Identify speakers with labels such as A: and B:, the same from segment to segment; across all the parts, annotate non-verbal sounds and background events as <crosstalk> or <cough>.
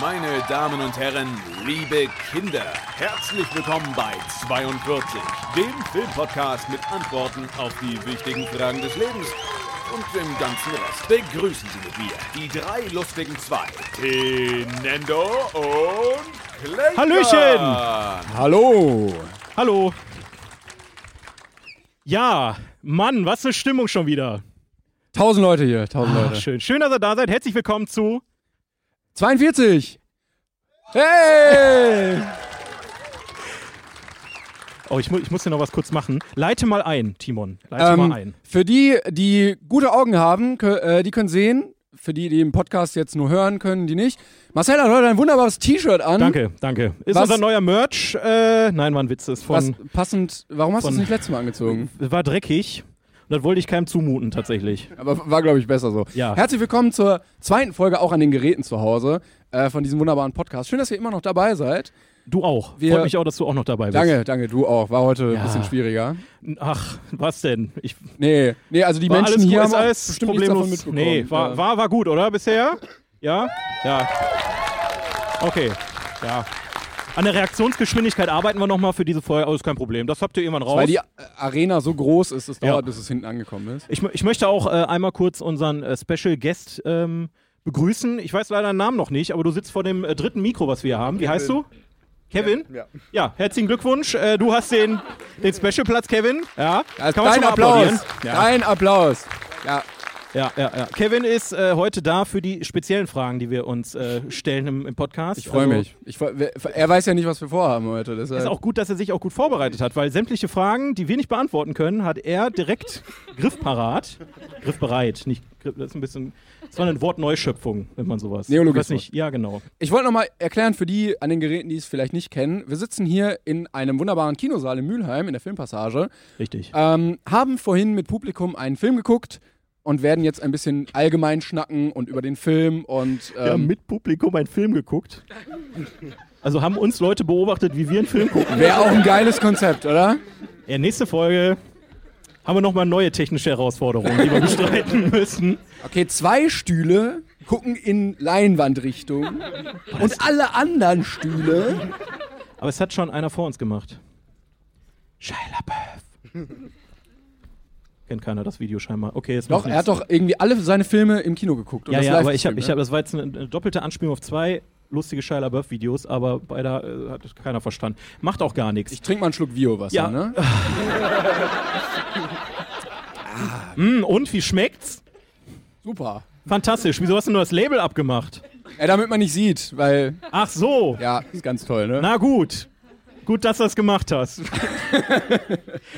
A: Meine Damen und Herren, liebe Kinder, herzlich willkommen bei 42, dem Filmpodcast mit Antworten auf die wichtigen Fragen des Lebens und dem ganzen Rest. Begrüßen Sie mit mir die drei lustigen zwei, Tenendo und Clay.
B: Hallöchen! Hallo! Hallo! Ja, Mann, was für Stimmung schon wieder.
C: Tausend Leute hier, tausend
B: Ah,
C: Leute.
B: schön. Schön, dass ihr da seid. Herzlich willkommen zu.
C: 42! Hey!
B: Oh, ich, mu ich muss hier noch was kurz machen. Leite mal ein, Timon. Leite mal
C: ähm,
B: ein.
C: für die, die gute Augen haben, kö- äh, die können sehen. Für die, die den Podcast jetzt nur hören können, die nicht. Marcel hat heute ein wunderbares T-Shirt an.
B: Danke, danke. Ist
C: hm? was-
B: unser neuer Merch? Äh, nein, war ein Witz. Ist
C: Was
B: von.
C: passend, warum hast du es
B: von-
C: nicht letztes Mal
B: <laughs>
C: angezogen?
B: War dreckig. Und das wollte ich keinem zumuten, tatsächlich.
C: Aber war, glaube ich, besser so.
B: Ja.
C: Herzlich willkommen zur zweiten Folge auch an den Geräten zu Hause äh, von diesem wunderbaren Podcast. Schön, dass ihr immer noch dabei seid.
B: Du auch.
C: Wir-
B: Freut mich auch, dass du auch noch dabei bist.
C: Danke, danke, du auch. War heute
B: Ja.
C: ein bisschen schwieriger.
B: Ach, was denn? Ich,
C: Nee, nee, also die
B: war
C: Menschen
B: alles,
C: hier
B: gut,
C: haben
B: ist
C: auch
B: alles
C: bestimmt nichts
B: problemlos.
C: davon mitbekommen.
B: nee, war,
C: Ja.
B: war, war gut, oder? Bisher? Ja? Ja. Okay. Ja. An der Reaktionsgeschwindigkeit arbeiten wir nochmal für diese Folge. Oh, ist kein Problem. Das habt ihr irgendwann raus.
C: Weil die äh, Arena so groß ist, es
B: Ja.
C: dauert, bis es hinten angekommen ist.
B: ich, mö- ich möchte auch äh, einmal kurz unseren äh, Special Guest ähm, begrüßen. Ich weiß leider den Namen noch nicht, aber du sitzt vor dem äh, dritten Mikro, was wir hier haben. Wie heißt du? Kevin? Ja. ja, herzlichen Glückwunsch. Äh, du hast den, den Special-Platz, Kevin. Ja,
C: Also
B: man
C: dein
B: schon mal
C: Applaus!
B: applaudieren. Ja.
C: Dein Applaus! Ja,
B: Ja, ja, ja. Kevin ist äh, heute da für die speziellen Fragen, die wir uns äh, stellen im, im Podcast.
C: ich freue
B: Also,
C: mich. Ich, freu- wer- er weiß ja nicht, was wir vorhaben heute. Deshalb.
B: Ist auch gut, dass er sich auch gut vorbereitet hat, weil sämtliche Fragen, die wir nicht beantworten können, hat er
C: <laughs>
B: direkt griffparat. Griffbereit, nicht griff- das ist ein bisschen. Das war eine Wortneuschöpfung, wenn man sowas.
C: Neologismus.
B: Ich weiß nicht. Ja, genau.
C: ich wollte nochmal erklären für die an den Geräten, die es vielleicht nicht kennen. Wir sitzen hier in einem wunderbaren Kinosaal in Mülheim in der Filmpassage,
B: Richtig.
C: ähm, haben vorhin mit Publikum einen Film geguckt und werden jetzt ein bisschen allgemein schnacken und über den Film und
B: Wir haben
C: ähm,
B: mit Publikum einen Film geguckt. Also haben uns Leute beobachtet, wie wir einen Film gucken.
C: wäre auch ein geiles Konzept, oder?
B: Ja, nächste Folge haben wir nochmal neue technische Herausforderungen, die
C: <laughs>
B: wir bestreiten müssen.
C: Okay, zwei Stühle gucken in Leinwandrichtung und alle anderen Stühle.
B: Aber es hat schon einer vor uns gemacht. Shia
C: <laughs>
B: LaBeouf. Kennt keiner das Video scheinbar. Okay, jetzt
C: Doch,
B: macht
C: er hat
B: nichts.
C: doch irgendwie alle seine Filme im Kino geguckt. Und
B: Ja,
C: das ne?
B: ja,
C: live
B: aber ich habe,
C: gestreamt,
B: ich hab, das war jetzt eine, eine doppelte Anspielung auf zwei lustige Shia LaBeouf-Videos, aber beider äh, hat keiner verstanden. Macht auch gar nichts.
C: ne? Ich trinke mal einen Schluck Vio-Wasser,
B: Ja.
C: ne?
B: Hm, und wie schmeckt's?
C: Super.
B: Fantastisch. Wieso hast du nur das Label abgemacht?
C: Ja, damit man nicht sieht, weil,
B: Ach so.
C: ja, ist ganz toll, ne?
B: Na gut. Gut, dass du das gemacht hast.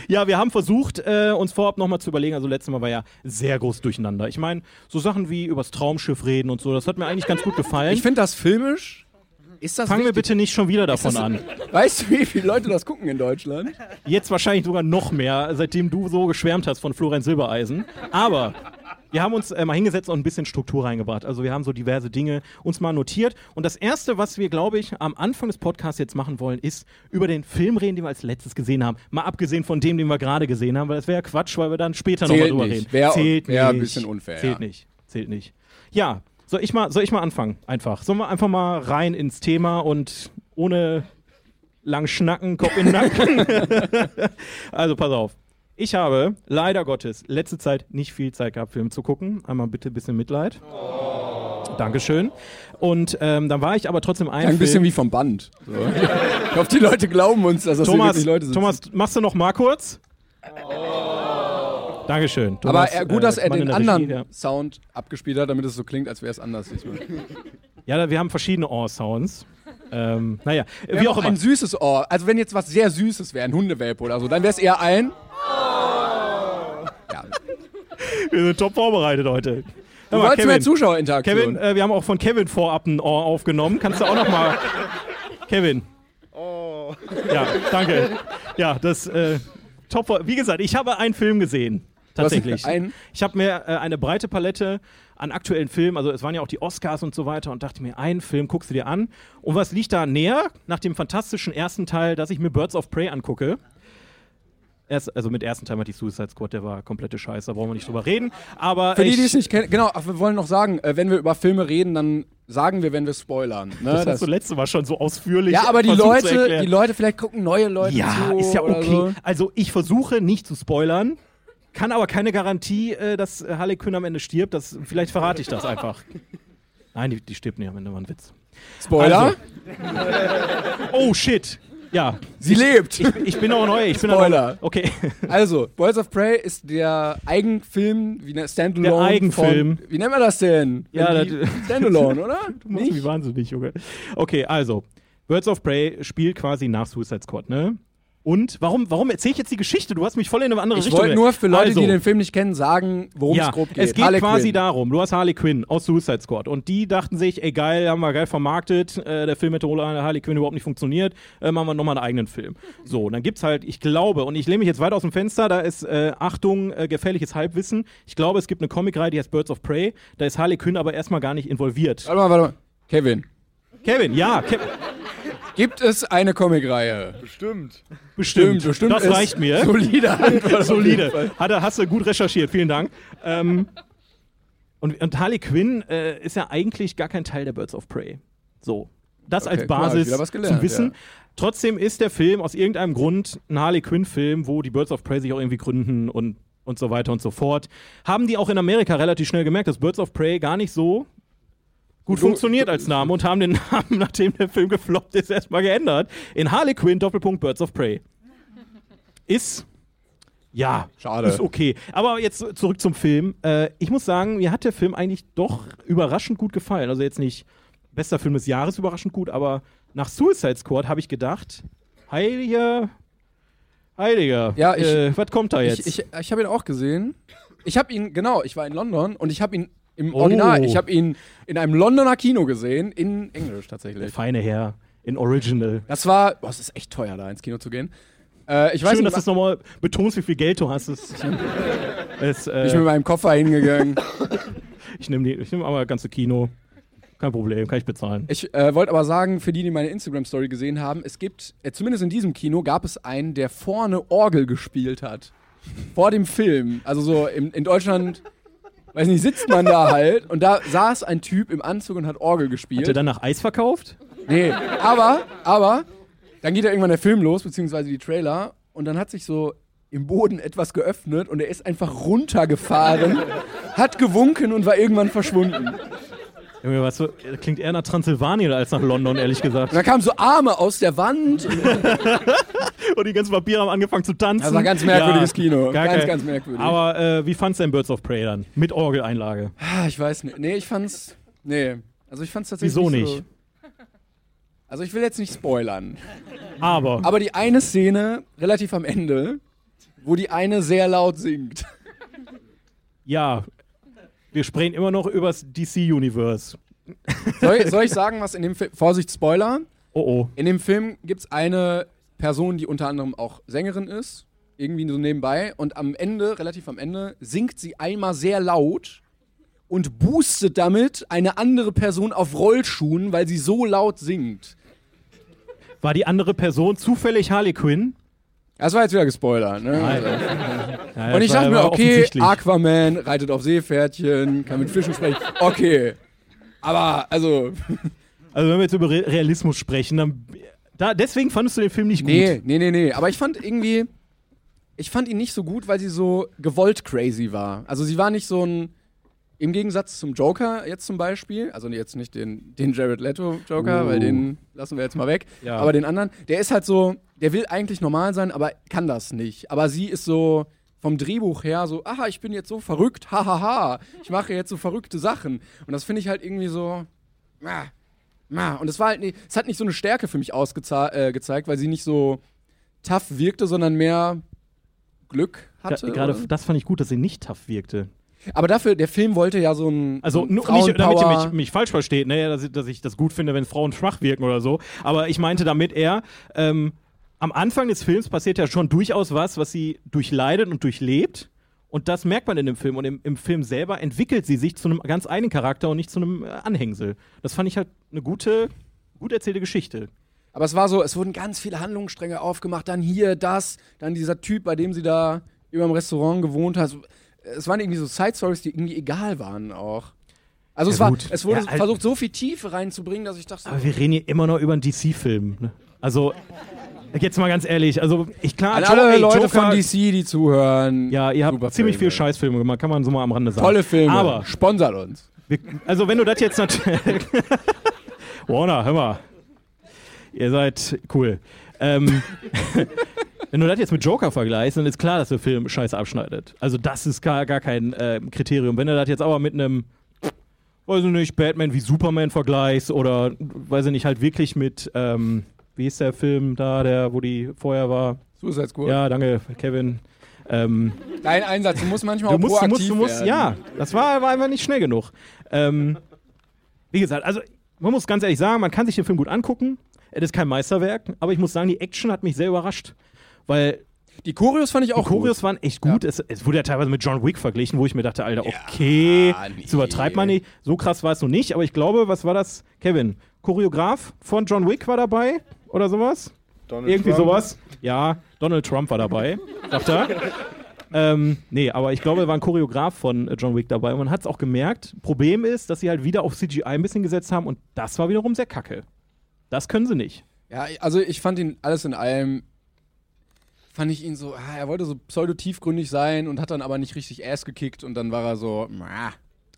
B: ja, wir haben versucht, äh, uns vorab nochmal zu überlegen. Also, letztes Mal war ja sehr groß durcheinander. Ich meine, so Sachen wie übers Traumschiff reden und so, das hat mir eigentlich ganz gut gefallen.
C: Ich finde das filmisch. Ist das
B: Fangen wir
C: wichtig?
B: bitte nicht schon wieder davon
C: das-
B: an.
C: Weißt du, wie viele Leute das gucken in Deutschland?
B: Jetzt wahrscheinlich sogar noch mehr, seitdem du so geschwärmt hast von Florian Silbereisen. Aber wir haben uns äh, mal hingesetzt und ein bisschen Struktur reingebracht. Also wir haben so diverse Dinge uns mal notiert. Und das Erste, was wir, glaube ich, am Anfang des Podcasts jetzt machen wollen, ist über den Film reden, den wir als letztes gesehen haben. Mal abgesehen von dem, den wir gerade gesehen haben, weil das wäre ja Quatsch, weil wir dann später nochmal
C: Zählt
B: drüber
C: nicht.
B: reden.
C: Wär- wär ein bisschen unfair,
B: Zählt
C: ja.
B: nicht. Zählt nicht. Ja, soll ich mal, soll ich mal anfangen? Einfach. Sollen wir einfach mal rein ins Thema und ohne lang schnacken, Kopf in den
C: <laughs>
B: Nacken. Also pass auf. Ich habe leider Gottes letzte Zeit nicht viel Zeit gehabt, Film zu gucken. Einmal bitte ein bisschen Mitleid. Dankeschön. Und ähm, dann war ich aber trotzdem ein,
C: Oh. Ein bisschen
B: Film.
C: wie vom Band. So. Ich hoffe, die Leute glauben uns, dass das hier
B: Thomas,
C: wirklich Leute sind.
B: Thomas, machst du noch mal kurz? Dankeschön.
C: Oh. Aber
B: Thomas,
C: er, gut, dass
B: äh,
C: er
B: Mann in
C: den
B: der
C: anderen
B: Regie, ja.
C: Sound abgespielt hat, damit es so klingt, als wäre es anders diesmal.
B: ja, da- wir haben verschiedene Ohr-Sounds. Ähm, naja, wie auch immer.
C: Ein süßes Ohr. Also wenn jetzt was sehr Süßes wäre, ein Hundewelpe oder so, dann wäre es eher ein. Ja.
B: Wir sind top vorbereitet heute.
C: Du
B: mal,
C: wolltest mehr
B: Kevin.
C: Zuschauerinteraktion.
B: Kevin, äh, wir haben auch von Kevin vorab ein Ohr aufgenommen. Kannst du auch noch
C: <laughs>
B: mal... Kevin. Oh. Ja, danke. Ja, das... Äh, top. Wie gesagt, ich habe einen Film gesehen.
C: hast
B: Tatsächlich.
C: einen?
B: Ich habe mir äh, eine breite Palette an aktuellen Filmen, also es waren ja auch die Oscars und so weiter, und dachte mir, einen Film guckst du dir an. Und was liegt da näher nach dem fantastischen ersten Teil, dass ich mir Birds of Prey angucke? Erst, also mit ersten Teil hatte ich Suicide Squad, der war komplette Scheiße, da brauchen wir nicht drüber reden. Aber
C: Für die,
B: ich-
C: die es nicht kennen, genau, ach, wir wollen noch sagen, äh, wenn wir über Filme reden, dann sagen wir, wenn wir spoilern. Ne?
B: das hast du letzte Mal schon so ausführlich.
C: ja, aber die
B: versucht zu
C: Leute,
B: erklären.
C: die Leute, vielleicht gucken neue Leute
B: Ja,
C: zu.
B: ist ja
C: oder
B: okay.
C: So.
B: Also ich versuche nicht zu spoilern, kann aber keine Garantie, äh, dass äh, Harley Quinn am Ende stirbt. Das, vielleicht verrate ich das
C: <laughs>
B: einfach. Nein, die, die stirbt nicht am Ende, war ein Witz.
C: Spoiler,
B: Also. Oh shit. Ja,
C: sie lebt.
B: ich bin auch neu. Ich bin auch-
C: Spoiler.
B: Okay. <laughs>
C: Also, Boys of Prey ist der Eigenfilm, wie ne, Standalone.
B: Der Eigenfilm.
C: Von, wie nennen wir das denn?
B: Ja,
C: Wenn die-
B: das- <laughs>
C: Standalone, oder?
B: Nicht? Wie wahnsinnig, Junge. Okay, also. Birds of Prey spielt quasi nach Suicide Squad, ne? Und warum, warum erzähle ich jetzt die Geschichte? Du hast mich voll in eine andere
C: Ich
B: Richtung.
C: wollte nur für Leute,
B: also,
C: die den Film nicht kennen, sagen, worum
B: ja,
C: es grob geht.
B: Es geht
C: Harley
B: quasi
C: Quinn.
B: darum, du hast Harley Quinn aus Suicide Squad und die dachten sich, ey geil, haben wir geil vermarktet, äh, der Film hätte ohne Harley Quinn überhaupt nicht funktioniert, äh, machen wir nochmal einen eigenen Film. So, und dann gibt's halt, ich glaube, und ich lehne mich jetzt weit aus dem Fenster, da ist, äh, Achtung, äh, gefährliches Halbwissen, ich glaube, es gibt eine Comicreihe, die heißt Birds of Prey, da ist Harley Quinn aber erstmal gar nicht involviert.
C: Warte mal, warte mal. Kevin,
B: Kevin, ja, Ke
C: gibt es eine Comicreihe?
D: Bestimmt.
B: bestimmt, das
C: ist
B: reicht mir.
C: <laughs> Solide Antwort. auf jeden Fall.
B: Solide. Hat, er- hast du gut recherchiert, vielen Dank. Ähm, und, und Harley Quinn äh, ist ja eigentlich gar kein Teil der Birds of Prey. So. Das
C: Okay,
B: als
C: guck mal, hab ich
B: Basis
C: wieder was gelernt,
B: zu wissen.
C: ja.
B: Trotzdem ist der Film aus irgendeinem Grund ein Harley Quinn-Film, wo die Birds of Prey sich auch irgendwie gründen und, und so weiter und so fort. Haben die auch in Amerika relativ schnell gemerkt, dass Birds of Prey gar nicht so gut funktioniert als Name und haben den <laughs> Namen, nachdem der Film gefloppt ist, erstmal geändert. In Harley Quinn, Doppelpunkt Birds of Prey. Ist. Ja,
C: Schade.
B: ist okay. Aber jetzt zurück zum Film. Äh, ich muss sagen, mir hat der Film eigentlich doch überraschend gut gefallen. Also jetzt nicht bester Film des Jahres überraschend gut, aber nach Suicide Squad habe ich gedacht, heiliger, heiliger,
C: Ja, ich-
B: äh, was kommt da jetzt?
C: Ich, ich, ich habe ihn auch gesehen. Ich habe ihn, genau, ich war in London und ich habe ihn im
B: Oh.
C: Original, ich habe ihn in einem Londoner Kino gesehen, in Englisch tatsächlich.
B: Feine Herr in Original.
C: Das war, boah, es ist echt teuer, da ins Kino zu gehen. Äh, ich weiß
B: Schön,
C: nicht,
B: dass du es nochmal betonst, wie viel Geld du hast. Es,
C: <laughs>
B: es, äh,
C: ich bin mit meinem Koffer <laughs> hingegangen.
B: Ich nehme die, ich nehme aber das ganze Kino. Kein Problem, kann ich bezahlen.
C: Ich äh, wollte aber sagen, für die, die meine Instagram-Story gesehen haben, es gibt, äh, zumindest in diesem Kino, gab es einen, der vorne Orgel gespielt hat. Vor dem Film. Also so im, in Deutschland, weiß nicht, sitzt man da halt und da saß ein Typ im Anzug und hat
B: Hat
C: Orgel
B: er
C: gespielt.
B: dann nach Eis verkauft?
C: Nee, aber, aber, dann geht ja irgendwann der Film los, beziehungsweise die Trailer und dann hat sich so im Boden etwas geöffnet und er ist einfach runtergefahren, hat gewunken und war irgendwann verschwunden.
B: Junge, was so, das klingt eher nach Transsilvanien als nach London, ehrlich
C: Und
B: gesagt.
C: dann kamen so Arme aus der Wand
B: Und die ganzen Vampire haben angefangen zu tanzen.
C: Das war ein ganz merkwürdiges
B: Ja,
C: Kino.
B: gar
C: Ganz,
B: kein-
C: ganz merkwürdig.
B: Aber äh, wie fandst du denn Birds of Prey dann? Mit Orgeleinlage.
C: Ah, ich weiß nicht. Nee, ich fand's. Nee. Also ich fand's tatsächlich.
B: Wieso
C: So.
B: nicht?
C: Also ich will jetzt nicht spoilern.
B: Aber,
C: Aber die eine Szene, relativ am Ende, wo die eine sehr laut singt.
B: ja, wir sprechen immer noch übers DC-Universe.
C: Soll, ich- soll ich sagen, was in dem Film. Vorsicht, Spoiler.
B: Oh oh.
C: In dem Film gibt's eine Person, die unter anderem auch Sängerin ist. Irgendwie so nebenbei. Und am Ende, relativ am Ende, singt sie einmal sehr laut und boostet damit eine andere Person auf Rollschuhen, weil sie so laut singt.
B: War die andere Person zufällig Harley Quinn?
C: Das war jetzt wieder gespoilert, ne? Also.
B: Ja,
C: Und
B: das
C: ich
B: war-
C: dachte mir,
B: Äh, war
C: okay,
B: offensichtlich.
C: Aquaman reitet auf Seepferdchen, kann mit Fischen sprechen. Okay. Aber, also,
B: Also, wenn wir jetzt über Re Realismus sprechen, dann. Da, deswegen fandest du den Film nicht
C: nee,
B: gut.
C: nee, nee, nee. Aber ich fand irgendwie, ich fand ihn nicht so gut, weil sie so gewollt crazy war. Also, sie war nicht so ein, im Gegensatz zum Joker jetzt zum Beispiel, also jetzt nicht den, den Jared Leto Joker,
B: Oh.
C: weil den lassen wir jetzt mal weg,
B: Ja.
C: aber den anderen, der ist halt so, der will eigentlich normal sein, aber kann das nicht. Aber sie ist so vom Drehbuch her so, aha, ich bin jetzt so verrückt, hahaha, ha, ha. ich mache jetzt so verrückte Sachen. Und das finde ich halt irgendwie so, ah, ah. und es war halt, nie- es hat nicht so eine Stärke für mich ausgezeigt, äh, gezeigt, weil sie nicht so tough wirkte, sondern mehr Glück
B: Gra-
C: hatte.
B: Gerade
C: oder?
B: das fand ich gut, dass sie nicht tough wirkte.
C: Aber dafür, der Film wollte ja so ein.
B: Also
C: ein
B: nu- nicht, damit ihr
C: Hm, Frauenpower-
B: mich, mich falsch versteht, ne? dass, ich- dass ich das gut finde, wenn Frauen schwach wirken oder so. Aber ich meinte damit eher, ähm, am Anfang des Films passiert ja schon durchaus was, was sie durchleidet und durchlebt. Und das merkt man in dem Film. Und im, im Film selber entwickelt sie sich zu einem ganz eigenen Charakter und nicht zu einem äh, Anhängsel. Das fand ich halt eine gute, gut erzählte Geschichte.
C: Aber es war so, es wurden ganz viele Handlungsstränge aufgemacht, dann hier, das, dann dieser Typ, bei dem sie da über dem Restaurant gewohnt hat. Also, Es waren irgendwie so Side-Stories, die irgendwie egal waren auch. Also es
B: Ja,
C: war,
B: gut.
C: es wurde
B: Ja, halt-
C: versucht, so viel Tiefe reinzubringen, dass ich dachte,
B: Aber wir reden hier immer noch über einen DC-Film. Ne? Also, jetzt mal ganz ehrlich, also ich klar,
C: an
B: Jo-
C: alle
B: ey,
C: Leute
B: Joker-
C: von DC, die zuhören.
B: Ja, ihr habt
C: super
B: ziemlich
C: Filme.
B: viel Scheißfilme gemacht, kann man so mal am Rande sagen.
C: Tolle Filme.
B: Aber,
C: Sponsert uns.
B: wir, also wenn du das jetzt natürlich... <laughs> Warner, hör mal. Ihr seid cool. Ähm, <laughs> wenn du das jetzt mit Joker vergleichst, dann ist klar, dass der Film scheiße abschneidet. Also das ist gar, gar kein äh, Kriterium. Wenn du das jetzt aber mit einem, weiß ich nicht, Batman wie Superman vergleichst oder, weiß ich nicht, halt wirklich mit, ähm, wie ist der Film da, der, wo die vorher war?
C: Suicide Squad.
B: Ja, danke, Kevin. Ähm,
C: Dein Einsatz, du musst manchmal
B: Du
C: auch
B: musst, du
C: proaktiv
B: musst, du musst,
C: werden.
B: ja, das war, war einfach nicht schnell genug. Ähm, wie gesagt, also man muss ganz ehrlich sagen, man kann sich den Film gut angucken. Es ist kein Meisterwerk, aber ich muss sagen, die Action hat mich sehr überrascht, weil
C: Die Choreos fand ich auch
B: die Choreos
C: gut.
B: waren echt gut. Es, es wurde ja teilweise mit John Wick verglichen, wo ich mir dachte, Alter, okay,
C: nee.
B: das übertreibt man nicht. So krass war es noch nicht, aber ich glaube, was war das? Kevin, Choreograf von John Wick war dabei oder sowas?
D: Donald
B: Irgendwie
D: Trump.
B: sowas. Ja, Donald Trump war dabei, sagt er. Ähm, nee, aber ich glaube, da war ein Choreograf von äh, John Wick dabei und man hat es auch gemerkt. Problem ist, dass sie halt wieder auf CGI ein bisschen gesetzt haben und das war wiederum sehr kacke. Das können sie nicht.
C: Ja, also ich fand ihn alles in allem, fand ich ihn so, ah, er wollte so pseudo-tiefgründig sein und hat dann aber nicht richtig Ass gekickt und dann war er so, ah.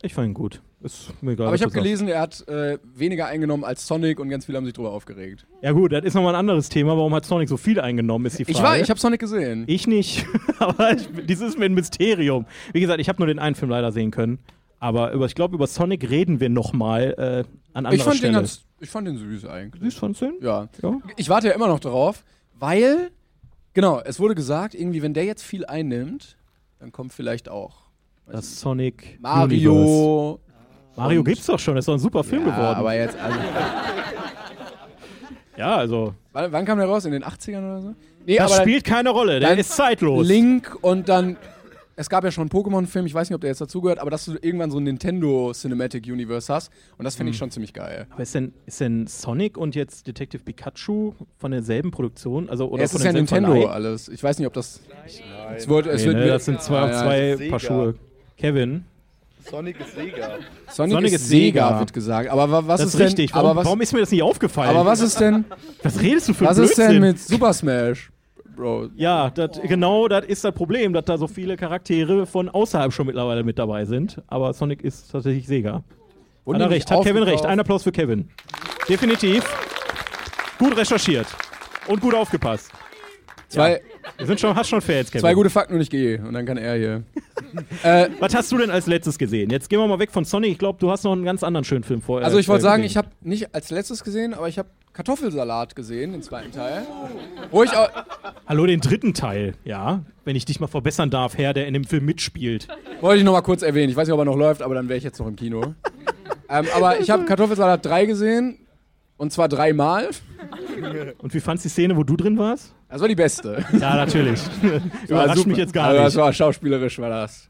B: Ich fand ihn gut. Ist mir egal.
C: Aber
B: was
C: ich habe
B: du sagst.
C: gelesen, er hat äh, weniger eingenommen als Sonic und ganz viele haben sich drüber aufgeregt.
B: Ja, gut, das ist nochmal ein anderes Thema. Warum hat Sonic so viel eingenommen, ist die Frage.
C: Ich war, ich habe Sonic gesehen.
B: Ich nicht, <laughs> aber ich, dies ist mir ein Mysterium. Wie gesagt, ich habe nur den einen Film leider sehen können. Aber über, ich glaube, über Sonic reden wir nochmal äh, an anderer
C: Ich fand,
B: Stelle.
C: den ganz, ich fand den süß eigentlich.
B: Süß fandst du den?
C: Ja.
B: Ja.
C: Ich warte ja immer noch darauf, weil, genau, es wurde gesagt, irgendwie, wenn der jetzt viel einnimmt, dann kommt vielleicht auch
B: Das Sonic Universe.
C: Mario.
B: Mario gibt's doch schon, das ist doch ein super Film
C: Ja,
B: geworden.
C: aber jetzt, also,
B: ja, also.
C: wann, wann kam der raus? In den 80ern oder so? Nee,
B: Das
C: aber dann-
B: spielt keine Rolle, der
C: dann
B: ist zeitlos.
C: Link und dann. Es gab ja schon einen Pokémon-Film, ich weiß nicht, ob der jetzt dazugehört, aber dass du irgendwann so ein Nintendo Cinematic Universe hast. Und das finde
B: Hm.
C: ich schon ziemlich geil.
B: Aber ist denn, ist denn Sonic und jetzt Detective Pikachu von derselben Produktion? Also, oder
C: Ja, es
B: von
C: ist ja
B: demselben
C: Nintendo
B: Verleih?
C: alles. Ich weiß nicht, ob das. Es wird, es
B: Nee,
C: wird
B: ne,
C: mir-
B: das sind zwei,
C: Ja, ja.
B: zwei
D: Sega.
B: Paar Schuhe. Kevin,
D: Sonic ist Sega.
C: Sonic,
B: Sonic
C: ist
B: ist
C: Sega,
B: Sega.
C: wird gesagt. Aber wa- was
B: das
C: ist
B: ist richtig.
C: denn?
B: Warum,
C: Aber was,
B: warum ist mir das nicht aufgefallen?
C: aber was ist denn?
B: was redest du für
C: Was
B: Blödsinn?
C: ist denn mit Super Smash, Bro?
B: Ja, dat, genau das ist das Problem, dass da so viele Charaktere von außerhalb schon mittlerweile mit dabei sind. Aber Sonic ist tatsächlich Sega.
C: Wurden
B: Hat er
C: die
B: recht,
C: nicht
B: hat Kevin recht.
C: aufgekauft?
B: Ein Applaus für Kevin. Definitiv. Gut recherchiert. Und gut aufgepasst.
C: Zwei,
B: Wir sind schon, hast schon Fans, Kevin.
C: zwei gute Fakten und ich gehe. Und dann kann er hier. äh,
B: Was hast du denn als letztes gesehen? Jetzt gehen wir mal weg von Sonic. Ich glaube, du hast noch einen ganz anderen schönen Film vorher.
C: Also ich wollte
B: vorher
C: sagen,
B: gesehen.
C: ich habe nicht als letztes gesehen, aber ich habe Kartoffelsalat gesehen, den zweiten Teil. Wo ich auch,
B: Hallo, den dritten Teil. Ja, wenn ich dich mal verbessern darf, Herr, der in dem Film mitspielt.
C: wollte ich noch mal kurz erwähnen. Ich weiß nicht, ob er noch läuft, aber dann wäre ich jetzt noch im Kino. ähm, aber ich habe Kartoffelsalat 3 gesehen und zwar dreimal.
B: Und wie fandst du die Szene, wo du drin warst?
C: Das war
B: <laughs>
C: die beste.
B: Ja, natürlich. Überrascht
C: Super.
B: mich jetzt gar
C: also,
B: nicht.
C: Das war schauspielerisch war das.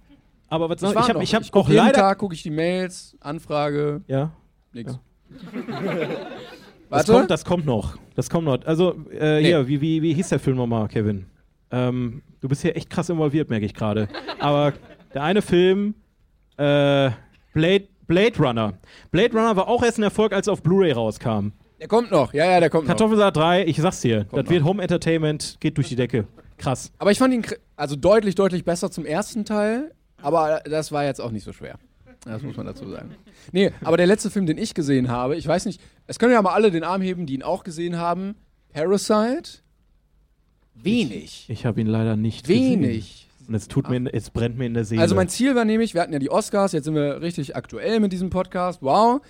B: Aber was
C: Das
B: soll
C: war
B: ich?
C: noch.
B: Hab, ich habe
C: guck
B: auch
C: jeden
B: leider.
C: Tag gucke ich die Mails, Anfrage,
B: Ja.
C: nix.
B: Ja. Das
C: Warte,
B: kommt, das kommt noch. Das kommt noch. Also äh,
C: Nee.
B: hier, wie, wie, wie hieß der Film nochmal, Kevin? Ähm, du bist hier echt krass involviert, merke ich gerade. Aber der eine Film, äh, Blade, Blade Runner. Blade Runner war auch erst ein Erfolg, als er auf Blu-ray rauskam.
C: der kommt noch. Ja, ja, der kommt noch.
B: Kartoffelsalat 3, ich sag's dir, das
C: noch.
B: wird Home Entertainment, geht durch die Decke. Krass.
C: Aber ich fand ihn kri- also deutlich, deutlich besser zum ersten Teil. Aber das war jetzt auch nicht so schwer. Das muss man dazu sagen. Nee, aber der letzte Film, den ich gesehen habe, ich weiß nicht, es können ja mal alle den Arm heben, die ihn auch gesehen haben. Parasite? Wenig.
B: Ich habe ihn leider nicht gesehen.
C: Wenig.
B: Und es tut mir, es brennt mir in der Seele.
C: Also mein Ziel war nämlich, wir hatten ja die Oscars, jetzt sind wir richtig aktuell mit diesem Podcast. Wow.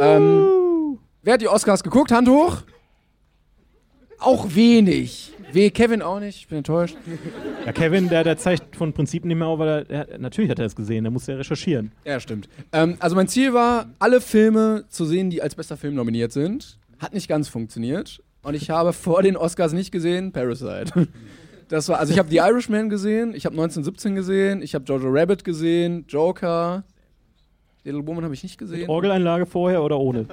C: Ähm, wer hat die Oscars geguckt? Hand hoch. auch wenig. Weh Kevin auch nicht, ich bin enttäuscht.
B: Ja, Kevin, der, der zeigt von Prinzip nicht mehr auf, weil er, er, natürlich hat er es gesehen, der musste ja recherchieren.
C: Ja, stimmt. Ähm, also mein Ziel war, alle Filme zu sehen, die als bester Film nominiert sind. Hat nicht ganz funktioniert. Und ich habe vor den Oscars nicht gesehen Parasite. <laughs> Das war, also ich habe The Irishman gesehen, ich habe 1917 gesehen, ich habe Jojo Rabbit gesehen, Joker, Little Woman habe ich nicht gesehen.
B: Orgeleinlage vorher oder ohne?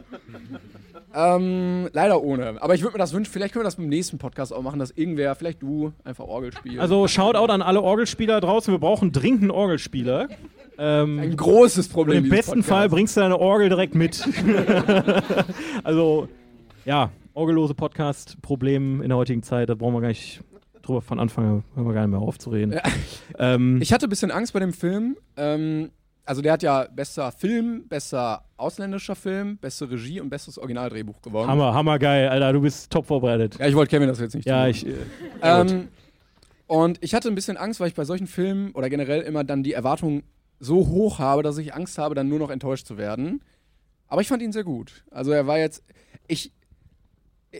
C: Ähm, leider ohne. Aber ich würde mir das wünschen, vielleicht können wir das beim nächsten Podcast auch machen, dass irgendwer, vielleicht du, einfach Orgel spielt.
B: Also Shoutout an alle Orgelspieler draußen, wir brauchen dringend einen Orgelspieler. Ähm,
C: ein großes
B: und
C: Problem.
B: im
C: dieses
B: besten Fall
C: Podcasts.
B: bringst du deine Orgel direkt mit. <laughs> also, ja, orgellose Podcast-Problem in der heutigen Zeit, da brauchen wir gar nicht drüber von Anfang an, hören wir gar nicht mehr auf zu reden. Ähm,
C: Ich hatte ein bisschen Angst bei dem Film. Ähm, also der hat ja besser Film, besser ausländischer Film, bessere Regie und besseres Originaldrehbuch gewonnen.
B: Hammer, hammer geil, Alter, du bist top vorbereitet.
C: Ja, ich wollte Kevin das jetzt nicht.
B: Ja,
C: tun.
B: ich. Äh, <laughs>
C: Ähm, und ich hatte ein bisschen Angst, weil ich bei solchen Filmen oder generell immer dann die Erwartung so hoch habe, dass ich Angst habe, dann nur noch enttäuscht zu werden. Aber ich fand ihn sehr gut. Also er war jetzt, ich,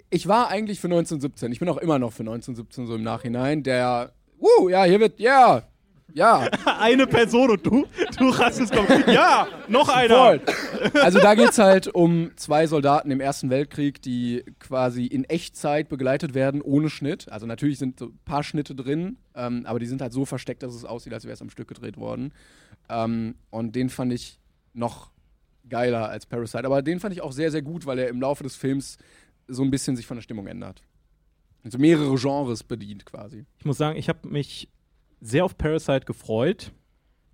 C: ich war eigentlich für 1917. Ich bin auch immer noch für 1917 so im Nachhinein. Der, uh, ja, hier wird, ja, ja,
B: eine Person und du, du rasselst komplett. Ja, noch einer.
C: Voll. Also da geht es halt um zwei Soldaten im Ersten Weltkrieg, die quasi in Echtzeit begleitet werden, ohne Schnitt. Also natürlich sind so ein paar Schnitte drin, ähm, aber die sind halt so versteckt, dass es aussieht, als wäre es am Stück gedreht worden. Ähm, und den fand ich noch geiler als Parasite. Aber den fand ich auch sehr, sehr gut, weil er im Laufe des Films so ein bisschen sich von der Stimmung ändert. Also mehrere Genres bedient quasi.
B: Ich muss sagen, ich habe mich sehr auf Parasite gefreut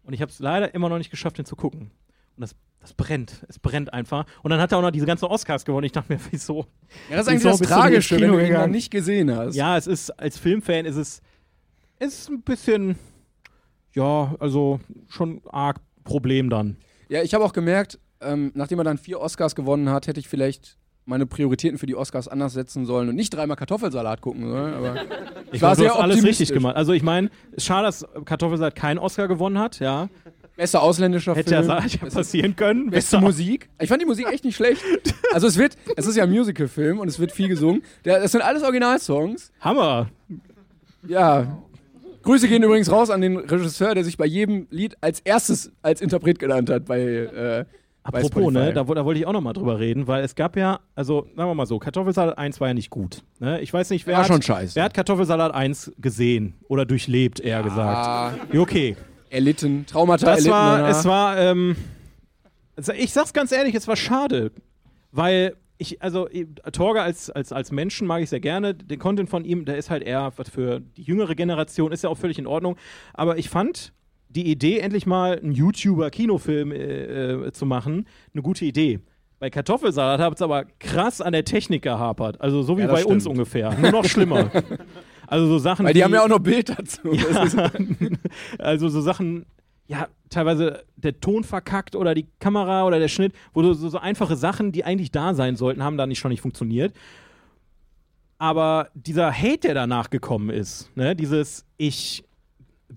B: und ich habe es leider immer noch nicht geschafft, den zu gucken. Und das, das brennt. Es brennt einfach. Und dann hat er auch noch diese ganzen Oscars gewonnen. Ich dachte mir, <laughs> wieso?
C: Ja, das ist
B: Wieso bist du
C: eigentlich das
B: nicht ins
C: Tragische, wenn
B: Kino
C: du ihn
B: gegangen?
C: noch nicht gesehen hast.
B: Ja, es ist, als Filmfan ist es, es ist ein bisschen, ja, also schon arg Problem dann.
C: Ja, ich habe auch gemerkt, ähm, nachdem er dann vier Oscars gewonnen hat, hätte ich vielleicht meine Prioritäten für die Oscars anders setzen sollen und nicht dreimal Kartoffelsalat gucken sollen. Aber
B: <laughs> Ich glaub,
C: war
B: du
C: sehr
B: hast alles
C: optimistisch.
B: richtig gemacht. Also ich meine, es ist schade, dass Kartoffelsalat keinen Oscar gewonnen hat, ja.
C: besser ausländischer
B: Hätte
C: Film.
B: ja, <laughs> hätte ja passieren können.
C: Beste Musik. Ich fand die Musik echt nicht schlecht. Also es wird, es ist ja ein Musical-Film und es wird viel gesungen. Der, das sind alles Originalsongs.
B: Hammer.
C: Ja. Grüße gehen übrigens raus an den Regisseur, der sich bei jedem Lied als erstes als Interpret genannt hat bei, äh, bei
B: Apropos,
C: Spotify.
B: ne, da, wo- da wollte ich auch nochmal drüber reden, weil es gab ja, also sagen wir mal so, Kartoffelsalat 1 war ja nicht gut. Ne? Ich weiß nicht, wer,
C: War
B: hat,
C: schon scheiße.
B: wer hat Kartoffelsalat 1 gesehen oder durchlebt, eher gesagt. Ja, Okay,
C: erlitten, Traumata
B: das
C: erlitten.
B: war,
C: danach.
B: es war, ähm, also ich sag's ganz ehrlich, es war schade, weil ich, also eh, Torge als, als, als Menschen mag ich sehr gerne, den Content von ihm, der ist halt eher was für die jüngere Generation, ist ja auch völlig in Ordnung, aber ich fand die Idee, endlich mal einen YouTuber-Kinofilm äh, äh, zu machen, eine gute Idee. Bei Kartoffelsalat hat es aber krass an der Technik gehapert. Also so wie
C: Ja, das
B: bei uns
C: stimmt.
B: ungefähr. Nur noch
C: <laughs>
B: schlimmer. also so Sachen
C: Weil die
B: wie-
C: haben ja auch noch Bild dazu. Das ist-
B: <laughs> also so Sachen, ja, teilweise der Ton verkackt oder die Kamera oder der Schnitt, wo du so, so einfache Sachen, die eigentlich da sein sollten, haben da nicht schon nicht funktioniert. Aber dieser Hate, der danach gekommen ist, ne, dieses Ich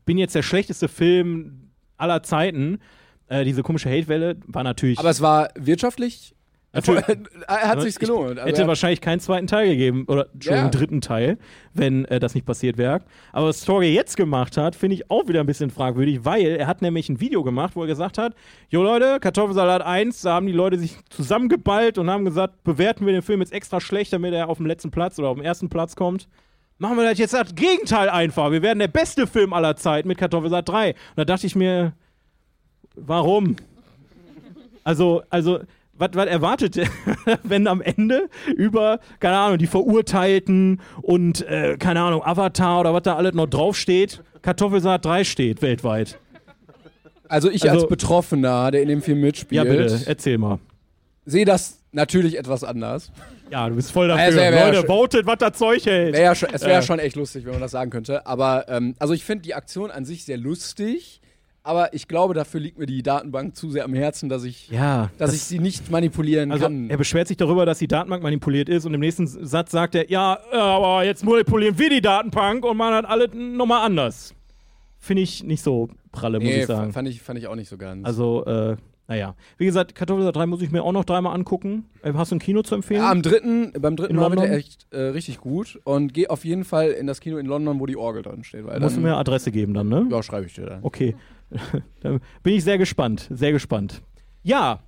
B: bin jetzt der schlechteste Film aller Zeiten, äh, diese komische Hatewelle war natürlich.
C: Aber es war wirtschaftlich.
B: Natürlich.
C: <laughs> Er hat sich's gelohnt. Also
B: hätte
C: er hat-
B: wahrscheinlich keinen zweiten Teil gegeben oder schon
C: Ja.
B: einen dritten Teil, wenn äh, das nicht passiert wäre. Aber was Torge jetzt gemacht hat, finde ich auch wieder ein bisschen fragwürdig, weil er hat nämlich ein Video gemacht, wo er gesagt hat, Jo Leute, Kartoffelsalat 1, da haben die Leute sich zusammengeballt und haben gesagt, bewerten wir den Film jetzt extra schlecht, damit er auf dem letzten Platz oder auf dem ersten Platz kommt. Machen wir das jetzt das Gegenteil einfach. Wir werden der beste Film aller Zeit mit Kartoffelsalat 3. Und da dachte ich mir, warum? Also, also, was erwartet <laughs> ihr, wenn am Ende über, keine Ahnung, die Verurteilten und, äh, keine Ahnung, Avatar oder was da alles noch draufsteht, Kartoffelsaat 3 steht weltweit?
C: also ich
B: also-
C: als Betroffener, der in dem Film
B: Ja, bitte,
C: mitspielt,
B: erzähl mal.
C: sehe das natürlich etwas anders.
B: Ja, du bist voll dafür.
C: Also, er wär
B: Leute,
C: schon-
B: votet, was das Zeug hält.
C: Wär ja schon, es wäre
B: Äh.
C: ja schon echt lustig, wenn man das sagen könnte. Aber ähm, also ich finde die Aktion an sich sehr lustig. Aber ich glaube, dafür liegt mir die Datenbank zu sehr am Herzen, dass ich,
B: ja,
C: dass ich sie nicht manipulieren
B: also,
C: kann.
B: er beschwert sich darüber, dass die Datenbank manipuliert ist und im nächsten Satz sagt er, ja, äh, aber jetzt manipulieren wir die Datenbank und machen das alles nochmal anders. Finde ich nicht so pralle, muss
C: Nee,
B: ich sagen.
C: fand ich, fand ich auch nicht so ganz.
B: Also, äh, Naja, wie gesagt, Kartoffelsalat 3 muss ich mir auch noch dreimal angucken. Äh, Hast du ein Kino zu empfehlen?
C: Ja, am dritten, beim dritten
B: In
C: Mal wird er
B: London?
C: echt äh, richtig gut und geh auf jeden Fall in das Kino in London, wo die Orgel drin steht. Weil
B: Musst du
C: dann,
B: mir Adresse geben dann, ne?
C: ja, schreibe ich dir dann.
B: Okay. <laughs> Dann bin ich sehr gespannt, sehr gespannt. Ja,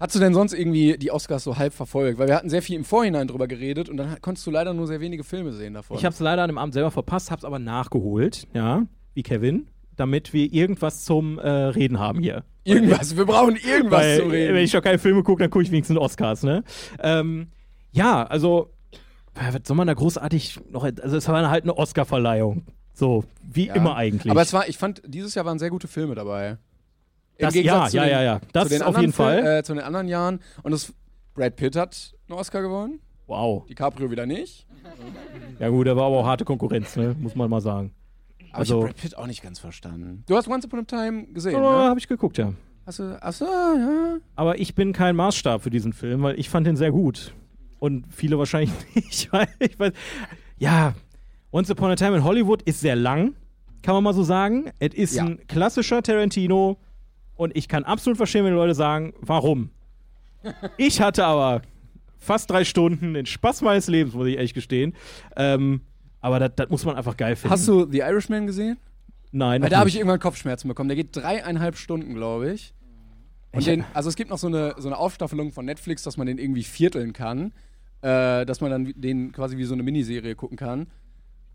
C: Hast du denn sonst irgendwie die Oscars so halb verfolgt? Weil wir hatten sehr viel im Vorhinein drüber geredet und dann ha- konntest du leider nur sehr wenige Filme sehen davon.
B: ich habe es leider an dem Abend selber verpasst, habe es aber nachgeholt, ja, wie Kevin, damit wir irgendwas zum äh, Reden haben hier.
C: irgendwas, wir brauchen irgendwas
B: Weil,
C: zu reden.
B: Wenn ich schon keine Filme gucke, dann gucke ich wenigstens Oscars, ne? Ähm, ja, also, ja, was soll man da großartig noch. Also, es war halt eine Oscar-Verleihung. So, wie
C: Ja.
B: immer eigentlich.
C: Aber es war, ich fand, dieses Jahr waren sehr gute Filme dabei. Im
B: das,
C: Gegensatz
B: ja,
C: zu
B: ja,
C: den-
B: ja, ja. Das
C: zu den
B: auf
C: anderen
B: jeden Fall.
C: Fil- Äh, zu den anderen Jahren. Und das, Brad Pitt hat einen Oscar gewonnen,
B: wow.
C: DiCaprio wieder nicht.
B: Ja, gut, da war aber auch harte Konkurrenz, ne? Muss man mal sagen.
C: Aber
B: Also-
C: ich hab Brad Pitt auch nicht ganz verstanden. Du hast Once Upon a Time gesehen,
B: Aber
C: ne?
B: habe ich geguckt, ja.
C: Hast du, achso, ja.
B: Aber ich bin kein Maßstab für diesen Film, weil ich fand den sehr gut. Und viele wahrscheinlich <laughs> nicht. Weil ich weiß, ja, Once Upon a Time in Hollywood ist sehr lang, kann man mal so sagen. Es ist
C: Ja.
B: ein klassischer Tarantino. Und ich kann absolut verstehen, wenn Leute sagen, warum. Ich hatte aber fast drei Stunden den Spaß meines Lebens, muss ich ehrlich gestehen. Ähm, aber das- das muss man einfach geil finden.
C: Hast du The Irishman gesehen?
B: Nein. noch
C: Weil da habe ich
B: nicht.
C: irgendwann Kopfschmerzen bekommen. Der geht dreieinhalb Stunden, glaube ich. Und
B: Ich-
C: den, also es gibt noch so eine, so eine Aufstaffelung von Netflix, dass man den irgendwie vierteln kann. Äh, dass man dann wie- den quasi wie so eine Miniserie gucken kann.